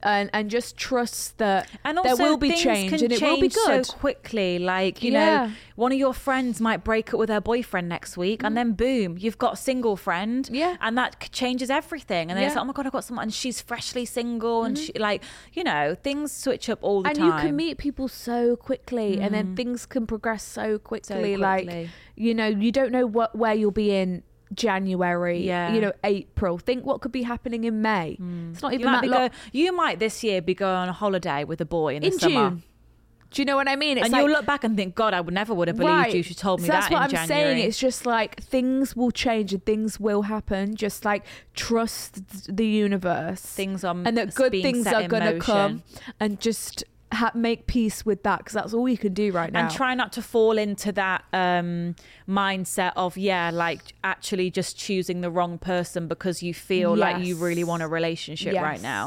and, and just trust that And also, there will be things change can and it will be change so good. quickly. Like you Yeah. know, one of your friends might break up with her boyfriend next week, and then boom, you've got a single friend. Mm. Yeah. and that c- changes everything. And then it's Yeah. Mm-hmm. like, oh my god, I've got someone, and she's freshly single, and she like you know, things switch up all the and time. Mm. you can meet people so quickly and then things can progress so quickly, like quickly. you know you don't know what where you'll be in january Yeah. Mm. you know april think what could be happening in may it's not You even might, that be long go, you might this year be going on a holiday with a boy in in, the june summer. do you know what i mean it's and like, you'll look back and think, God, I would never would have believed you. She told me So that that's what in i'm January. saying it's just like things will change and things will happen just like trust the universe Things are and that good being things set are in gonna motion. come and just ha- make peace with that because that's all you can do right now and try not to fall into that um, mindset of yeah like actually just choosing the wrong person because you feel like you Yes. really want a relationship right Yes. now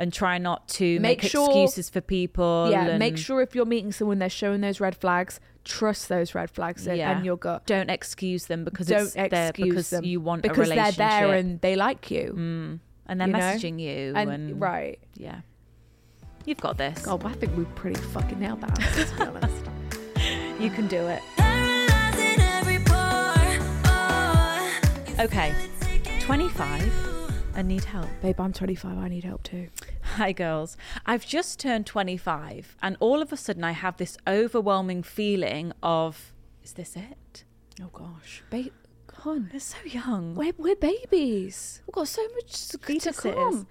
and try not to Make make, sure- excuses for people Yeah, and make sure if you're meeting someone, they're showing those red flags. Trust those red flags and- Yeah. and your gut. don't excuse them because Don't it's there excuse because them you want because a relationship they're there and they like you. and they're you know? messaging you and, and, right. Oh, yeah you've got this God, I think we pretty fucking nailed that. To be honest, you can do it Paralyzed in every pore. Oh, you okay 25 i need help babe, I'm 25. I need help too. Hi, girls. I've just turned 25, and all of a sudden, I have this overwhelming feeling of, is this it? Oh gosh, babe, come We're on. so young. We're, we're babies. We've got so much to Fetuses. come.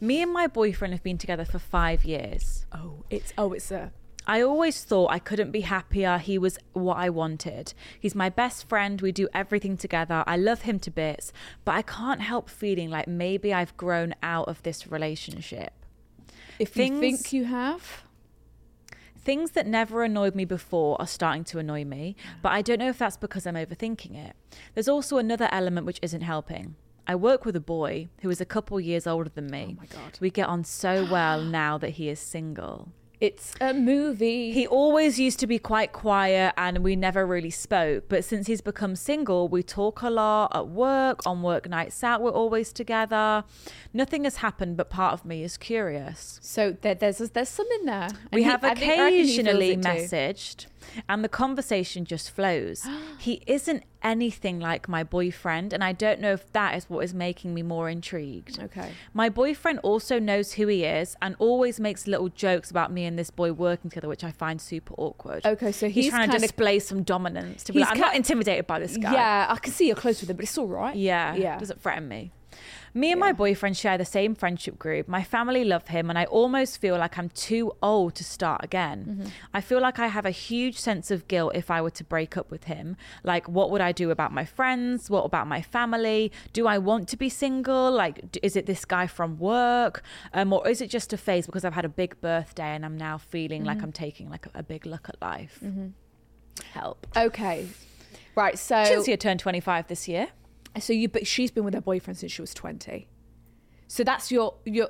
Me and my boyfriend have been together for five years. Oh, it's oh, it's a I always thought I couldn't be happier. He was what I wanted. He's my best friend. We do everything together. I love him to bits, but I can't help feeling like maybe I've grown out of this relationship. if Things- you think you have. Things that never annoyed me before are starting to annoy me, but I don't know if that's because I'm overthinking it. There's also another element which isn't helping. I work with a boy who is a couple years older than me. Oh my God. We get on so well now that he is single. It's a movie. He always used to be quite quiet and we never really spoke, but since he's become single, we talk a lot at work, on work nights out, we're always together. Nothing has happened, but part of me is curious. so there, there's there's some in there. And We he- have I think- I reckon he feels occasionally it too. messaged, and the conversation just flows. he isn't anything like my boyfriend, and I don't know if that is what is making me more intrigued. Okay. My boyfriend also knows who he is and always makes little jokes about me and this boy working together, which I find super awkward. Okay, so he's, he's trying to kinda- display some dominance. To be He's like, I'm ki- not intimidated by this guy. Yeah, I can see you're close with him, but it's all right. Yeah. yeah. Doesn't threaten me. Me and my boyfriend share the same friendship group. My family love him, and I almost feel like I'm too old to start again. Mm-hmm. I feel like I have a huge sense of guilt if I were to break up with him. Like, what would I do about my friends? What about my family? Do I want to be single? Like, d- is it this guy from work? Um, or is it just a phase because I've had a big birthday and I'm now feeling Mm-hmm. like I'm taking like a, a big look at life? Help. Okay. Right. So, Chinzia turned 25 this year. so you, but she's been with her boyfriend since she was twenty. So that's your your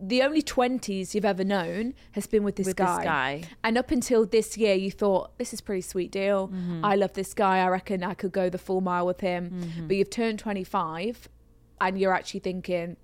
the only twenties you've ever known has been with this With this guy. guy. And up until this year, you thought this is a pretty sweet deal. Mm-hmm. I love this guy. I reckon I could go the full mile with him. Mm-hmm. But you've turned twenty five, and you're actually thinking,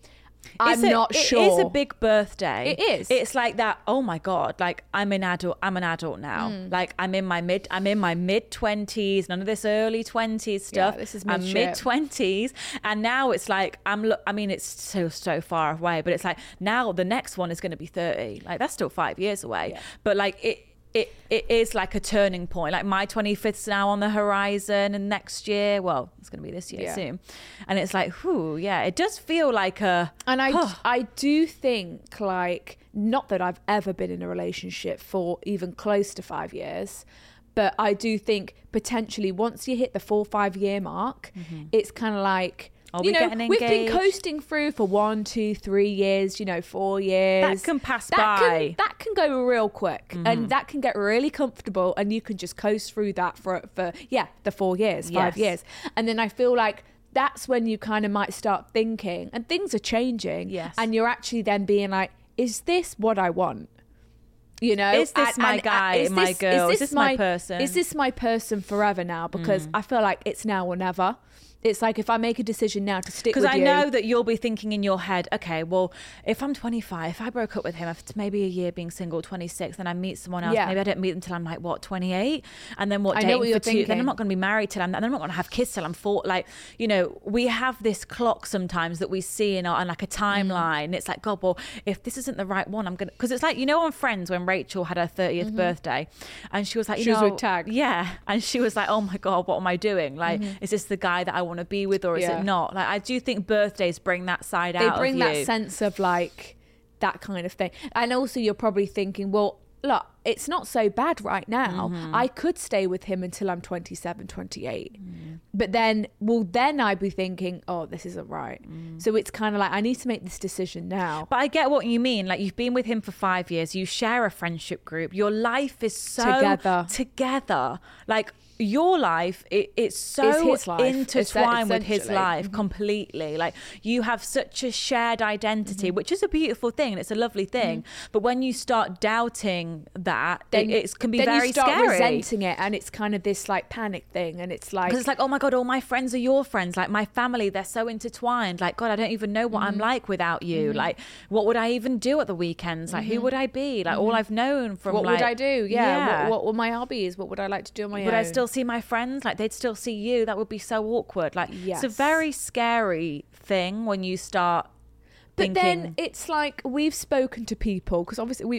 I'm It's a- not sure. It is a big birthday. It is. It's like that. Oh my god! Like I'm an adult. I'm an adult now. Mm. Like I'm in my mid. I'm in my mid twenties. None of this early twenties Yeah, stuff. this is I'm mid-shit. mid twenties, and now it's like I'm. Lo- I mean, it's so so far away, but it's like now the next one is going to be thirty. Like that's still five years away. But like it. It, it is like a turning point. Like my 25th is now on the horizon, and next year, well, it's going to be this year Yeah. soon. And it's like, whoo, yeah, it does feel like a. And I, Huh. I do think like not that I've ever been in a relationship for even close to five years, but I do think potentially once you hit the four five year mark, it's kind of like Mm-hmm. Are you we know getting we've been engaged? coasting through for one two three years, you know four years can pass That can- by. Mm-hmm. that can go real quick and that can get really comfortable, and you can just coast through that for for yeah the four years five Yes. years, and then I feel like that's when you kind of might start thinking, and things are changing. Yes. And you're actually then being like, is this what I want? You know, uh, Is this my guy, my girl? Is this my person? Mm. Is this my person forever now? Because I feel like it's now or never. It's like if I make a decision now to stick Because with I you- know that you'll be thinking in your head, okay, well, if I'm 25, if I broke up with him after maybe a year being single, 26, then I meet someone else. Yeah. Maybe I don't meet them till I'm like what 28, and then what? I know dating what you're for two- Then thinking. I'm not going to be married till I'm. Then I'm not going to have kids till I'm four. Like you know, we have this clock sometimes that we see in our and like a Mm. timeline. It's like God, well, if this isn't the right one, I'm gonna because it's like you know on Friends when Rachel had her 30th birthday, and she was like, Mm-hmm. you She was know, with Tag. yeah, and she was like, oh my God, what am I doing? Like, is this the guy that I want to be with, or is Mm-hmm. Yeah. it not? Like, I do think birthdays bring that side they out. bring of you. that sense of like that kind of thing and also you're probably thinking well look it's not so bad right now Mm-hmm. i could stay with him until i'm 27 28 but then well then i'd be thinking oh this isn't right so it's kind of like i need to make this decision now Mm. But I get what you mean. Like you've been with him for five years, you share a friendship group. Your life is so Together. together. Like your life, it, it's so It's his life, es- intertwined with his essentially. Mm-hmm. life completely. Like you have such a shared identity, Mm-hmm. which is a beautiful thing and it's a lovely thing. But when you start doubting that, it, it's, can be then very you start scary. resenting it and it's kind of this like panic thing and it's like Because it's like, oh my God, all my friends are your friends. Like, my family, they're so intertwined. Like, God, I don't even know what Mm-hmm. I'm like without you. Like, what would I even do at the weekends? Like, who would I be? Like, all I've known from Mm-hmm. what like, would i do yeah, What, oh, what were my hobbies what would i like to do on my own would I still see my friends? Like, they'd still see you. That would be so awkward. Like, it's Yes. a very scary thing when you start But thinking. then it's like we've spoken to people because obviously we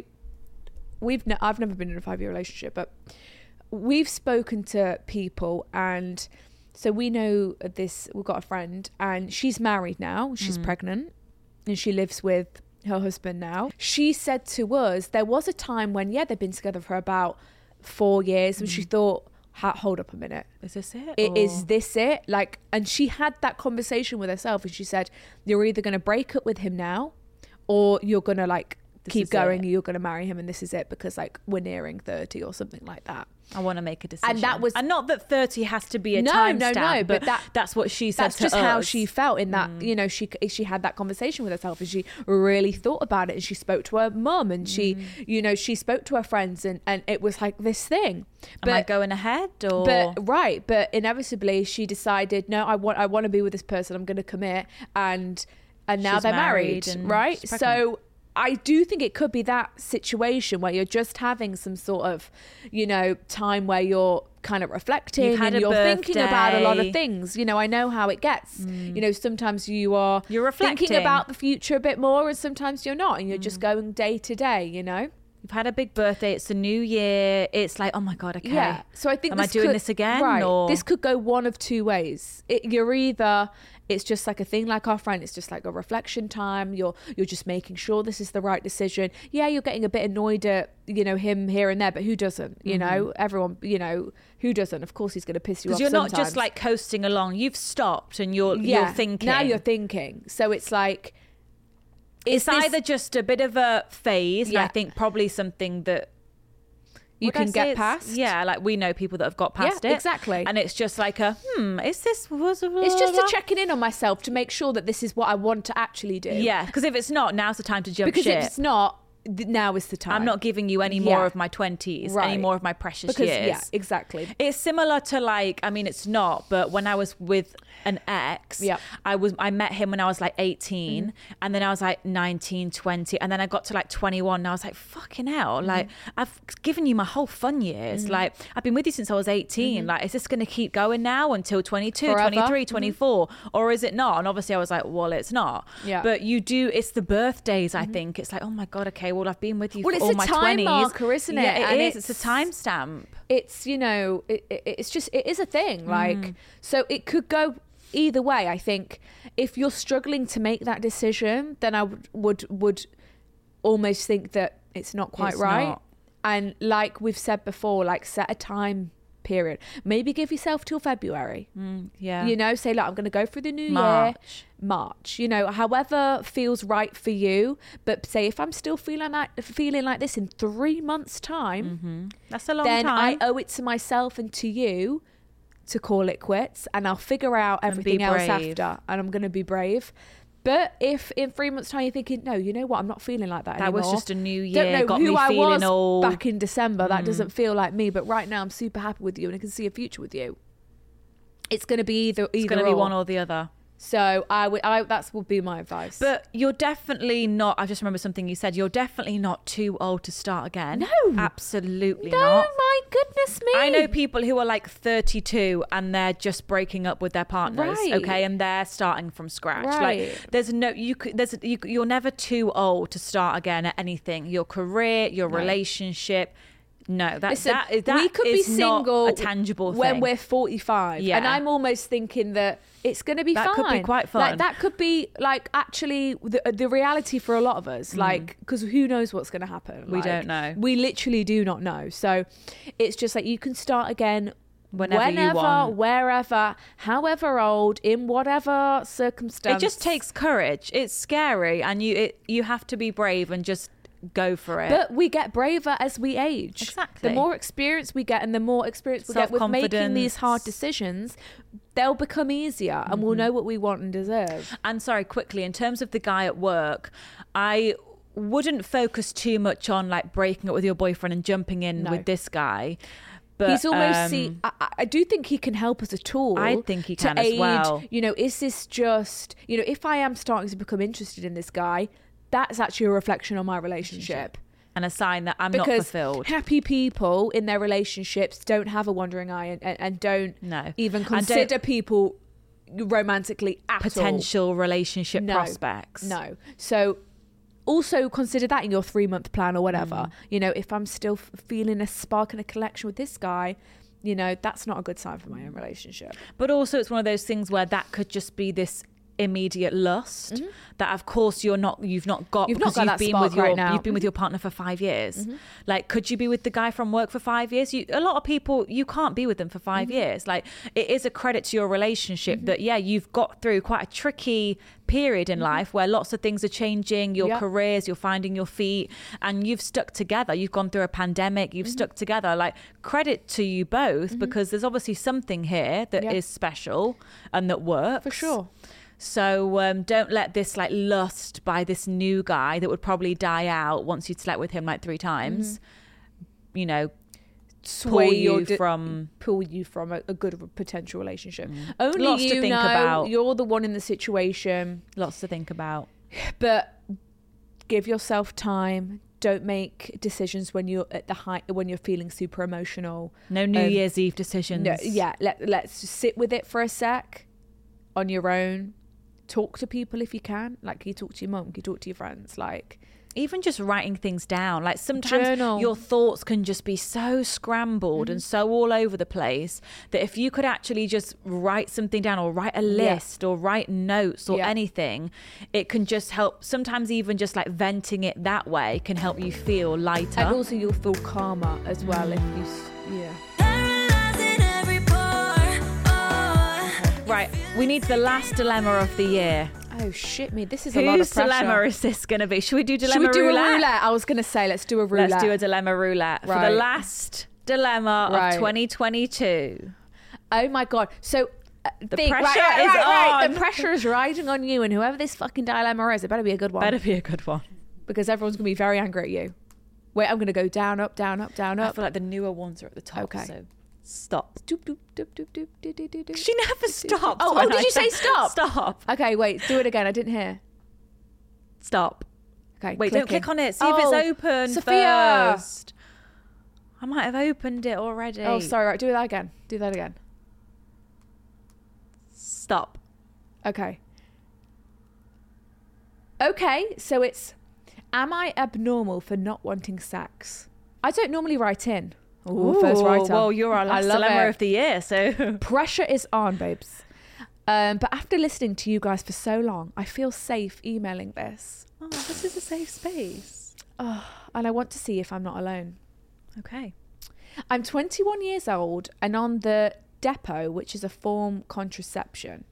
we've ne- I've never been in a five year relationship, but we've spoken to people and so we know this. We've got a friend and she's married now. She's pregnant and she lives with her husband now. She said to us there was a time when yeah they've been together for about four years and she thought "Ha- hold up a minute is this it? it is Or- this it like and she had that conversation with herself and she said you're either going to break up with him now or you're going to like keep is going it. you're going to marry him and this is it because like we're nearing 30 or something like that I want to make a decision. was- and not that thirty has to be a No, time no, no, stamp, but that- that's what she said. that's to just how us. mm. she felt in that you know she she had that conversation with herself and she really thought about it and she spoke to her mum and she Mm. you know she spoke to her friends and and it was like this thing Am I going ahead or? But right, but inevitably she decided, no, I want I want to be with this person. I'm going to commit, and and now She's they're married, married and right? she's pregnant. So I do think it could be that situation where you're just having some sort of, you know, time where you're kind of reflecting You've had and a you're thinking about a lot of birthday. Mm. things. You know, I know how it gets. You know, sometimes you are You're thinking reflecting. Mm. about the future a bit more, and sometimes you're not, and you're just going day to day. You know. You've had a big birthday. It's a new year. It's like, oh my god, okay. Yeah. So I think am this I doing could- this again? Right. Or This could go one of two ways. It, you're either it's just like a thing like our friend. It's just like a reflection time. You're you're just making sure this is the right decision. Yeah, you're getting a bit annoyed at you know him here and there, but who doesn't? You know, everyone. You know, who doesn't? Of course, he's going to piss you off. Mm-hmm. because you're not sometimes. just like coasting along. You've stopped and you're you're thinking. Now you're thinking. So it's like It's this- either just a bit of a phase, and Yeah. I think probably something that you would I can say get it's- past. Yeah, like we know people that have got Yeah, past it exactly. and it's just like a hmm. Is this was It's just a checking in on myself to make sure that this is what I want to actually do. Yeah, because if it's not, now's the time to jump Because ship. if it's not, th- now is the time. I'm not giving you any more Yeah. of my twenties, Right. any more of my precious because years. yeah, exactly. It's similar to like, I mean, it's not, but when I was with an ex, Yep. Mm-hmm. I was I met him when I was like 18 and then I was like 19, 20, and then I got to like 21 and I was like, fucking hell, Mm-hmm. like I've given you my whole fun years. Like I've been with you since I was 18. Like, is this gonna keep going now until 22, Mm-hmm. Forever. Mm-hmm. 23, 24? Or is it not? And obviously I was like, well, it's not. Yeah. Mm-hmm. But you do, it's the birthdays, I think. It's like, oh my God, okay, well, I've been with you Well, for it's all a my time 20s. marker, isn't it? Yeah, And it is. It's, it's- a timestamp. it's you know it, it- it's just it is a Mm. thing like so it could go either way i think if you're struggling to make that decision then i would would, would almost think that it's not quite It's right not. and like we've said before like set a time period maybe give yourself till february Yeah. you know say look i'm going to go through the new Mm. March. year march you know however feels right for you but say if i'm still feeling like feeling like this in Mm-hmm. three months time That's a long then time. I owe it to myself and to you to call it quits and I'll figure out And be everything else brave. after and I'm going to be brave. But if in three months' time you're thinking, no, you know what, I'm not feeling like that That was anymore. just a new Don't year, know got who me I feeling Mm. was all- back in December. That doesn't feel like me. But right now, I'm super happy with you and I can see a future with you. It's going to be either either It's going to be or. one or the other. So I would, I that's would be my advice. But you're definitely not. I just remember something you said. You're definitely not too old to start again. No. absolutely no, not. my goodness me! I know people who are like 32 and they're just breaking up with their partners, Right. okay, and they're starting from scratch. Right. Like there's no you could there's you, you're never too old to start again at anything. Your career, your relationship. No, that Listen, that is that we could is be not single a tangible when thing. we're 45. Yeah. And I'm almost thinking that it's going to be That fine. could be quite fun. Like, that could be, like, actually the, uh, the reality for a lot of us. Like, because who knows what's going to happen? Mm. We Like, don't know. We literally do not know. So it's just like you can start again. Whenever you whenever, want. wherever, however old, in whatever circumstance. It just takes courage. It's scary, and you it, you have to be brave and just go for it. But we get braver as we age. Exactly. The more experience we get and the more experience we get with making these hard Self-confidence. Mm-hmm. decisions, they'll become easier and we'll know what we want and deserve. and sorry, quickly in terms of the guy at work, I wouldn't focus too much on like breaking up with your boyfriend and jumping in No. with this guy. But He's almost um, see. I, I- I do think he can help as a tool. I think he to can as aid, well. You know, is this just you know, if I am starting to become interested in this guy, that's actually a reflection on my relationship. and a sign that I'm not because fulfilled. happy people in their relationships don't have a wandering eye and, and, and don't No. even And don't- consider people romantically at all. Potential relationship No. prospects. No. So also consider that in your three month plan or whatever. Mm. You know, if I'm still f- feeling a spark and a connection with this guy, you know, that's not a good sign for my own relationship. But also, it's one of those things where that could just be this immediate lust that of course you're not you've not Mm-hmm. got You've not because got that you've been spark with your right now. Mm-hmm. you've been with your partner for five years like could you be with the guy from work for five years you a lot of people you can't be with them for 5 Mm-hmm. years like it is a credit to your relationship that yeah you've got through quite a tricky period in life where lots of things are changing your Mm-hmm. Yeah. careers you're finding your feet and you've stuck together you've gone through a pandemic you've Mm-hmm. stuck together like credit to you both because there's obviously something here that is Yeah. special and that works For sure. so um, don't let this like lust by this new guy that would probably die out once you'd slept with him like three times. Mm-hmm. You know, Sway you your di- from- pull you from a, a good r- potential relationship. Only Mm. Lots to you think know about. you're the one in the situation. lots to think about. but give yourself time don't make decisions when you're at the height when you're feeling super emotional No New Um, Year's Eve decisions. no, yeah let, let's just sit with it for a sec on your own talk to people if you can like can you talk to your mum can you talk to your friends like Even just writing things down. Like sometimes Journal. Mm. your thoughts can just be so scrambled and so all over the place that if you could actually just write something down or write a Yeah. list or write notes or Yeah. anything, it can just help. Sometimes even just like venting it that way can help you feel lighter. and also you'll feel calmer as well if you s- yeah Paralyzing every pore. Oh. Right, we need the last dilemma of the year. oh shit me this is a lot Whose of pressure dilemma is this going to be? Should we do should dilemma we do roulette? a roulette i was gonna say let's do a roulette Let's do a dilemma roulette for Right. the last dilemma Right. of 2022. Oh my god! So uh, The think- pressure is on. The pressure is riding on you, and whoever this fucking dilemma is, it better be a good one Better be a good one. because everyone's gonna be very angry at you. Wait, I'm gonna go down, up, down, up, down, I up. feel like the newer ones are at the top. Okay. So stop. Doop, doop, doop, doop, doop, doop, doop, doop, doop. She never stops. Oh, when oh, did I you say stop? Stop. Okay, wait, do it again. I didn't hear. Stop. Okay, Wait, don't click on it. See Oh, if it's open Sophia. first. I might have opened it already. Oh, sorry. Right, do that again. Do that again. Stop. Okay. Okay, so it's Am I abnormal for not wanting sex? I don't normally write in. Ooh, first Ooh, writer. Well, you're our I last love dilemma it. of the year, so Pressure is on, babes. Um, but after listening to you guys for so long, I feel safe emailing this. Oh, this is a safe space. And I want to see if I'm not alone. Okay. I'm 21 years old and on the depot, which is a form contraception.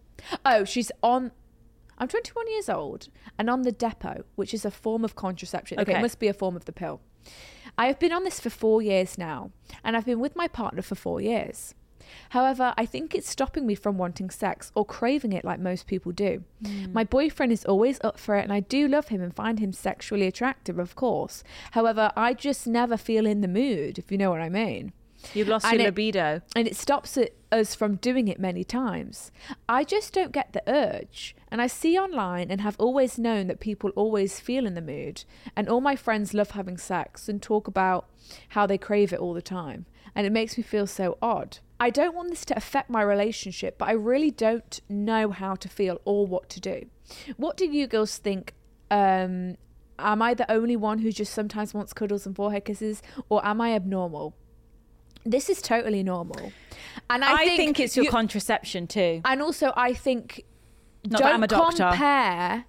Oh, she's on. I'm 21 years old and on the depot, which is a form of contraception. Okay, Okay. it must be a form of the pill. I have been on this for four years now, and I've been with my partner for four years. However, I think it's stopping me from wanting sex or craving it like most people do. My boyfriend is always up for it and I do love him and find him sexually attractive, of course. However, I just never feel in the mood, if you know what I mean. You've lost And your it- libido. And it stops it, us from doing it many times. I just don't get the urge. And I see online and have always known that people always feel in the mood. And all my friends love having sex and talk about how they crave it all the time. And it makes me feel so odd. I don't want this to affect my relationship, but I really don't know how to feel or what to do. What do you girls think? Um, am I the only one who just sometimes wants cuddles and forehead kisses, or am I abnormal? This is totally normal. And I, I, think, it's your you- contraception too. and also, I think Not don't that I'm a doctor. compare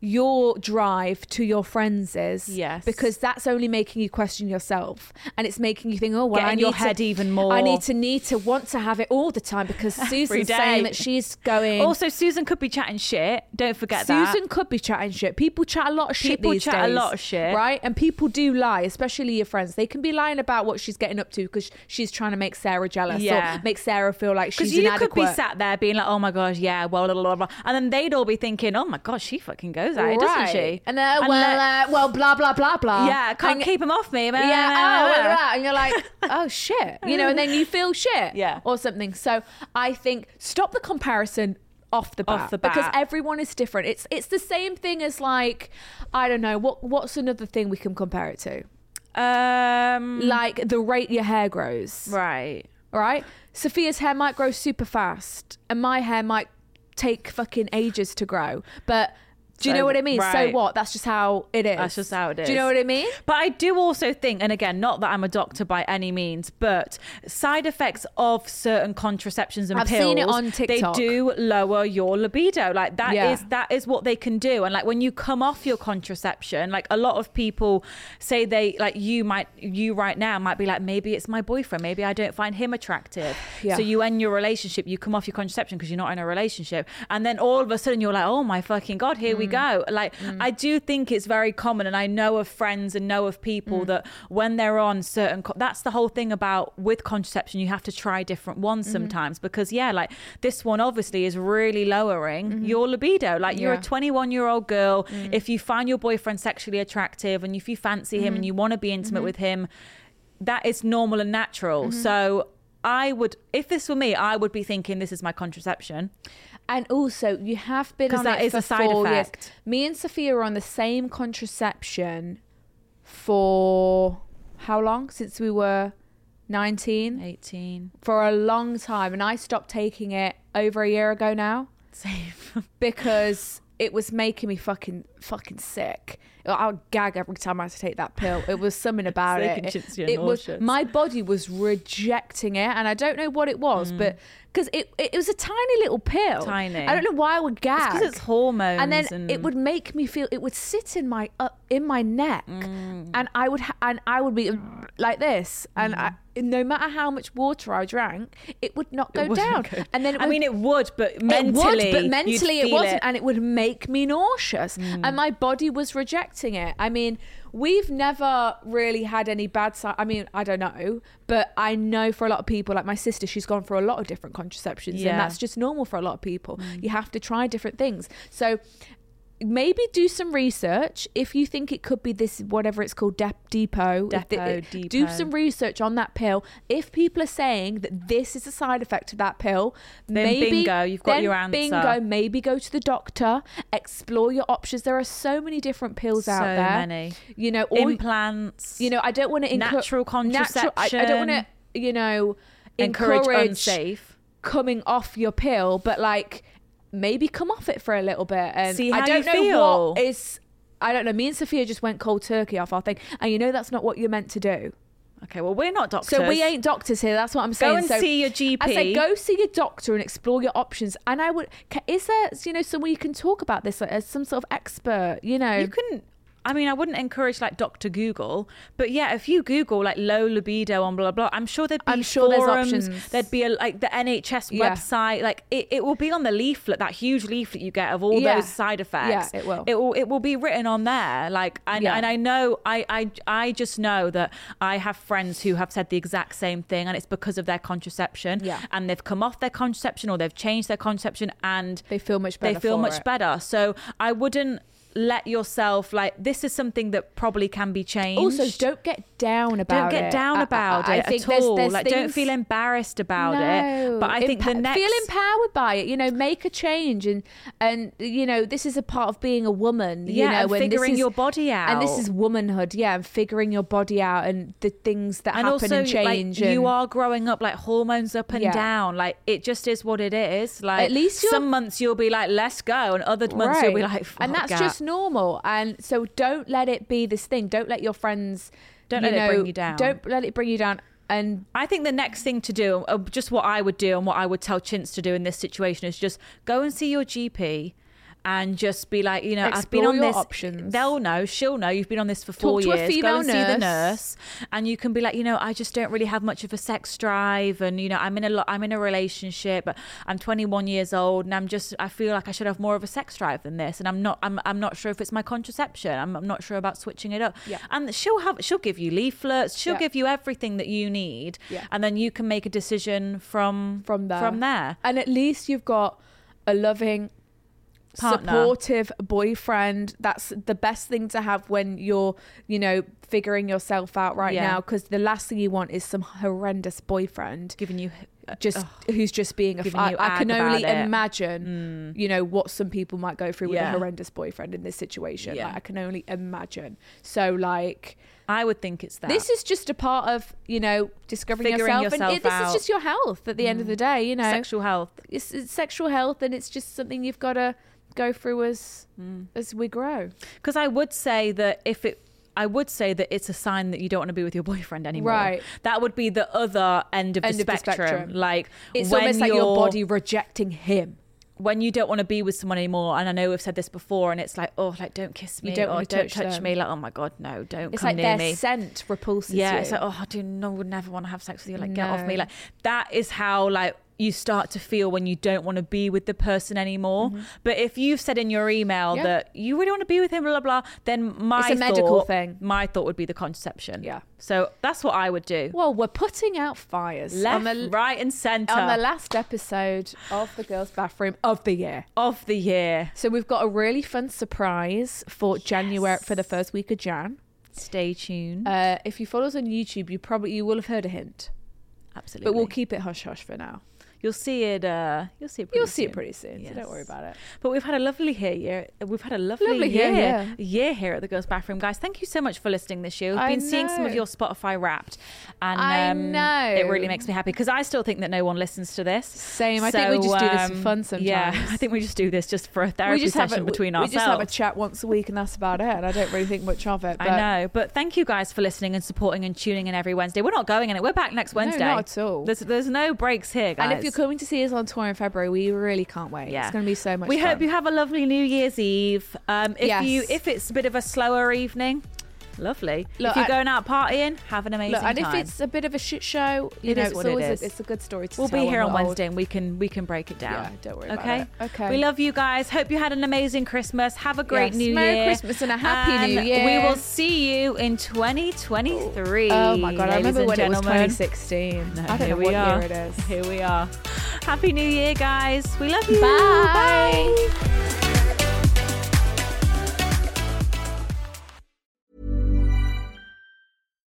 your drive to your friends's. Yes. Because that's only making you question yourself, and it's making you think, oh, well, Get I in need your to- head even more. I need to need to want to have it all the time because Susan's day. saying that she's going. also, Susan could be chatting shit. Don't forget that. Susan could be chatting shit. People chat a lot of shit People these chat a days, lot of shit. right? And people do lie, especially your friends. They can be lying about what she's getting up to because she's trying to make Sarah jealous Yeah. or make Sarah feel like she's Because you inadequate. could be sat there being like, "Oh my gosh, yeah, well, blah, blah, blah," and then they'd all be thinking, "Oh my gosh, she fucking goes at it, doesn't she?" And then, And well, let- uh, well, blah blah blah blah. yeah, can't And- keep him off me. man. Yeah, oh, look at that. and you're like, oh shit, you know, and then you feel shit, Yeah. or something. So I think stop the comparison off the bat, Off the bat. because everyone is different. It's it's the same thing as like I don't know what what's another thing we can compare it to, Um, like the rate your hair grows, right. right? Sophia's hair might grow super fast, and my hair might take fucking ages to grow, but. Do you So- know what I mean? So right. what? That's just how it is. That's just how it is. Do you know what I mean? But I do also think, and again, not that I'm a doctor by any means, but side effects of certain contraceptions and I've pills, seen it on TikTok. they do lower your libido. Like that is Yeah. that is what they can do. And like when you come off your contraception, like a lot of people say they like you might you right now might be like maybe it's my boyfriend, maybe I don't find him attractive. Yeah. So you end your relationship, you come off your contraception because you're not in a relationship, and then all of a sudden you're like, oh my fucking god, here we go. Like I do think it's very common, and I know of friends and know of people that when they're on certain, co- that's the whole thing about with contraception, you have to try different ones sometimes because yeah, like this one obviously is really lowering your libido. Like you're Yeah. a 21 year old girl, if you find your boyfriend sexually attractive and if you fancy him and you want to be intimate with him that is normal and natural. Mm-hmm. So I would, if this were me, I would be thinking this is my contraception. And also, you have been 'Cause on that it is for a side four years. effect. Me and Sophia are on the same contraception for how long? Since we were nineteen, 18. for a long time, and I stopped taking it over a year ago now Safe. because it was making me fucking fucking sick. I would gag every time I had to take that pill. It was something about Sick it. and shits you it was nauseous. my body was rejecting it, and I don't know what it was, but because it, it was a tiny little pill. Mm. Tiny. I don't know why I would gag. 'cause it's hormones and then and- it would make me feel. It would sit in my up in my neck, Mm. and I would ha- and I would be like this, and I, Mm. no matter how much water I drank, it would not go down. And then it I would- mean, it would, but mentally. it would, but you'd mentally it feel Hmm. wasn't, and it would make me nauseous, and my body was rejecting it. I mean, we've never really had any bad side. I mean, I don't know, but I know for a lot of people, like my sister, she's gone for a lot of different contraceptions, Yeah. Hmm. and that's just normal for a lot of people. You have to try different things, so. Maybe do some research if you think it could be this whatever it's called Dep- depot. if the- eh, Depo, Do Depot. some research on that pill. If people are saying that this is a side effect of that pill, Then bingo, you've got then your answer. Bingo, maybe go to the doctor, explore your options. There are so many different pills out So there. many. You know, all, implants. you know, I don't want to Natural I, I don't want to, you know, encourage, encourage, unsafe. coming off your pill, but like maybe come off it for a little bit and See I how don't you know what feel. is I don't know. Me and Sophia just went cold turkey off our thing, and you know that's not what you're meant to do. Okay, well, we're not doctors. So we ain't doctors here. That's what I'm saying. Go and So see your GP. I said, go see your doctor and explore your options. And I would, ca- is there, you know, someone you can talk about this like, as some sort of expert, you know? You can. I mean, I wouldn't encourage like Doctor Google, but yeah, if you Google like low libido on blah blah, I'm sure there'd be I'm sure there's forums, options. There'd be a, like the NHS Yeah. website, like it, it will be on the leaflet, that huge leaflet you get of all Yeah. those side effects. Yeah, it will. It will it will be written on there. Like, and, Yeah. and I know I, I I just know that I have friends who have said the exact same thing, and it's because of their contraception. Yeah. and they've come off their contraception or they've changed their contraception, and They feel much They better feel for much it. better. So I wouldn't let yourself like this is something that probably can be changed. Also, don't get down Don't about it. get down I- I- about I it think at there's- all. there's like, don't things- feel embarrassed about it. But I No. think the Empa- next feel empowered by it. You know, make a change, and and you know, this is a part of being a woman. you Yeah, know, and this figuring is- your body and this out. is womanhood. Yeah, and figuring your body out, and the things that and happen also and change. like, you and- are growing up like hormones up and Yeah. down like it just is what it is like At least you're- some months you'll be like let's go and other months you'll be Right. like and that's "Fuck just it." normal. And so don't let it be this thing. Don't let your friends. Don't you let it bring know, you down. Don't let it bring you down. And I think the next thing to do, uh, just what I would do and what I would tell Chintz to do in this situation, is just go and see your GP and just be like, you know, I've been Explore on your this. options. They'll know, she'll know. You've been on this for four to a years. female go and see the nurse. nurse, and you can be like, you know, I just don't really have much of a sex drive, and you know, I'm in a lot, I'm in a relationship, but I'm 21 years old, and I'm just, I feel like I should have more of a sex drive than this, and I'm not, I'm, I'm not sure if it's my contraception. I'm, I'm not sure about switching it up. Yeah. And she'll have, she'll give you leaflets. She'll Yeah. give you everything that you need Yeah. and then you can make a decision from from there, from there. and at least you've got a loving, Partner. supportive boyfriend. That's the best thing to have when you're, you know, figuring yourself out right Yeah. now. Because the last thing you want is some horrendous boyfriend. Giving you uh, just who's just being a f- giving I, you I can ag only about it. Mm. imagine you know what some people might go through with Yeah. a horrendous boyfriend in this situation Yeah. like, i can only imagine so like I would think it's that. this is just a part of you know discovering Figuring yourself, yourself and it, this out. Mm. is just your health at the end of the day you know sexual health. it's, it's sexual health and it's just something you've got to go through as Mm. as we grow Because I would say that if it I would say that it's a sign that you don't want to be with your boyfriend anymore. Right. That would be the other end of, End the, of the spectrum. spectrum. Like it's when almost like your you're- body rejecting him when you don't want to be with someone anymore, and I know we've said this before, and it's like, oh, like don't kiss me, You don't or wanna don't touch, touch them. me, like oh my god, no, don't it's come like near their me. scent repulses yeah, you it's like oh, I do no, would never want to have sex with you, like get off me, No. like that is how like you start to feel when you don't want to be with the person anymore. But if you've said in your email Mm-hmm. Yeah. that you really want to be with him, blah blah, blah then my a medical thought- thing. My thought would be the contraception. Yeah. so that's what I would do. well we're putting out fires on Left, the right, and centre on the last episode of the girls' bathroom of the year. of the year. So we've got a really fun surprise for January for the first week of Jan. Stay tuned. Uh, if you follow us on YouTube, you probably you will have heard a hint, Absolutely, but we'll keep it hush hush for now. You'll see it. Uh, you'll see it. Pretty You'll see soon. it pretty soon, so Yes. don't worry about it. But we've had a lovely here year. uh, We've had a lovely, Lovely year, year, year, yeah. here at the Girls Bathroom, guys. Thank you so much for listening this year. We've I been seeing some of know. your Spotify Wrapped, and I um, know. it really makes me happy because I still think that no one listens to this. um, Same. I think we just do this for fun Yeah, sometimes. I think we just do this just for a therapy session a, between we ourselves. just have a chat once a week, and that's about it. And I don't really think much of it. But I know, but thank you guys for listening and supporting and tuning in every Wednesday. We're not going in it. We're back next Wednesday. not at all. There's, there's no breaks here, guys. And if you're coming to see us on tour in February, we really can't wait. It's going to be so much. We hope fun. you have a lovely New Year's Eve. Um, if Yes. you if it's a bit of a slower evening, lovely. if Look, you're I- going out partying, have an amazing Look, and time. if it's a bit of a shit show, you It know, is it's what it always is. A, it's a good story to we'll tell. be when here on we're old. Wednesday and we can we can break it down. Yeah, don't worry about okay? it. Okay. We love you guys. Hope you had an amazing Christmas. Have a great Yes, New Merry Year. Christmas and a happy New And Year. We will see you in 2023. Oh my god, I ladies remember and when gentlemen. it was 2016. I don't here know we what are. year it is. Here we are. Happy New Year, guys. We love you. Bye. Bye.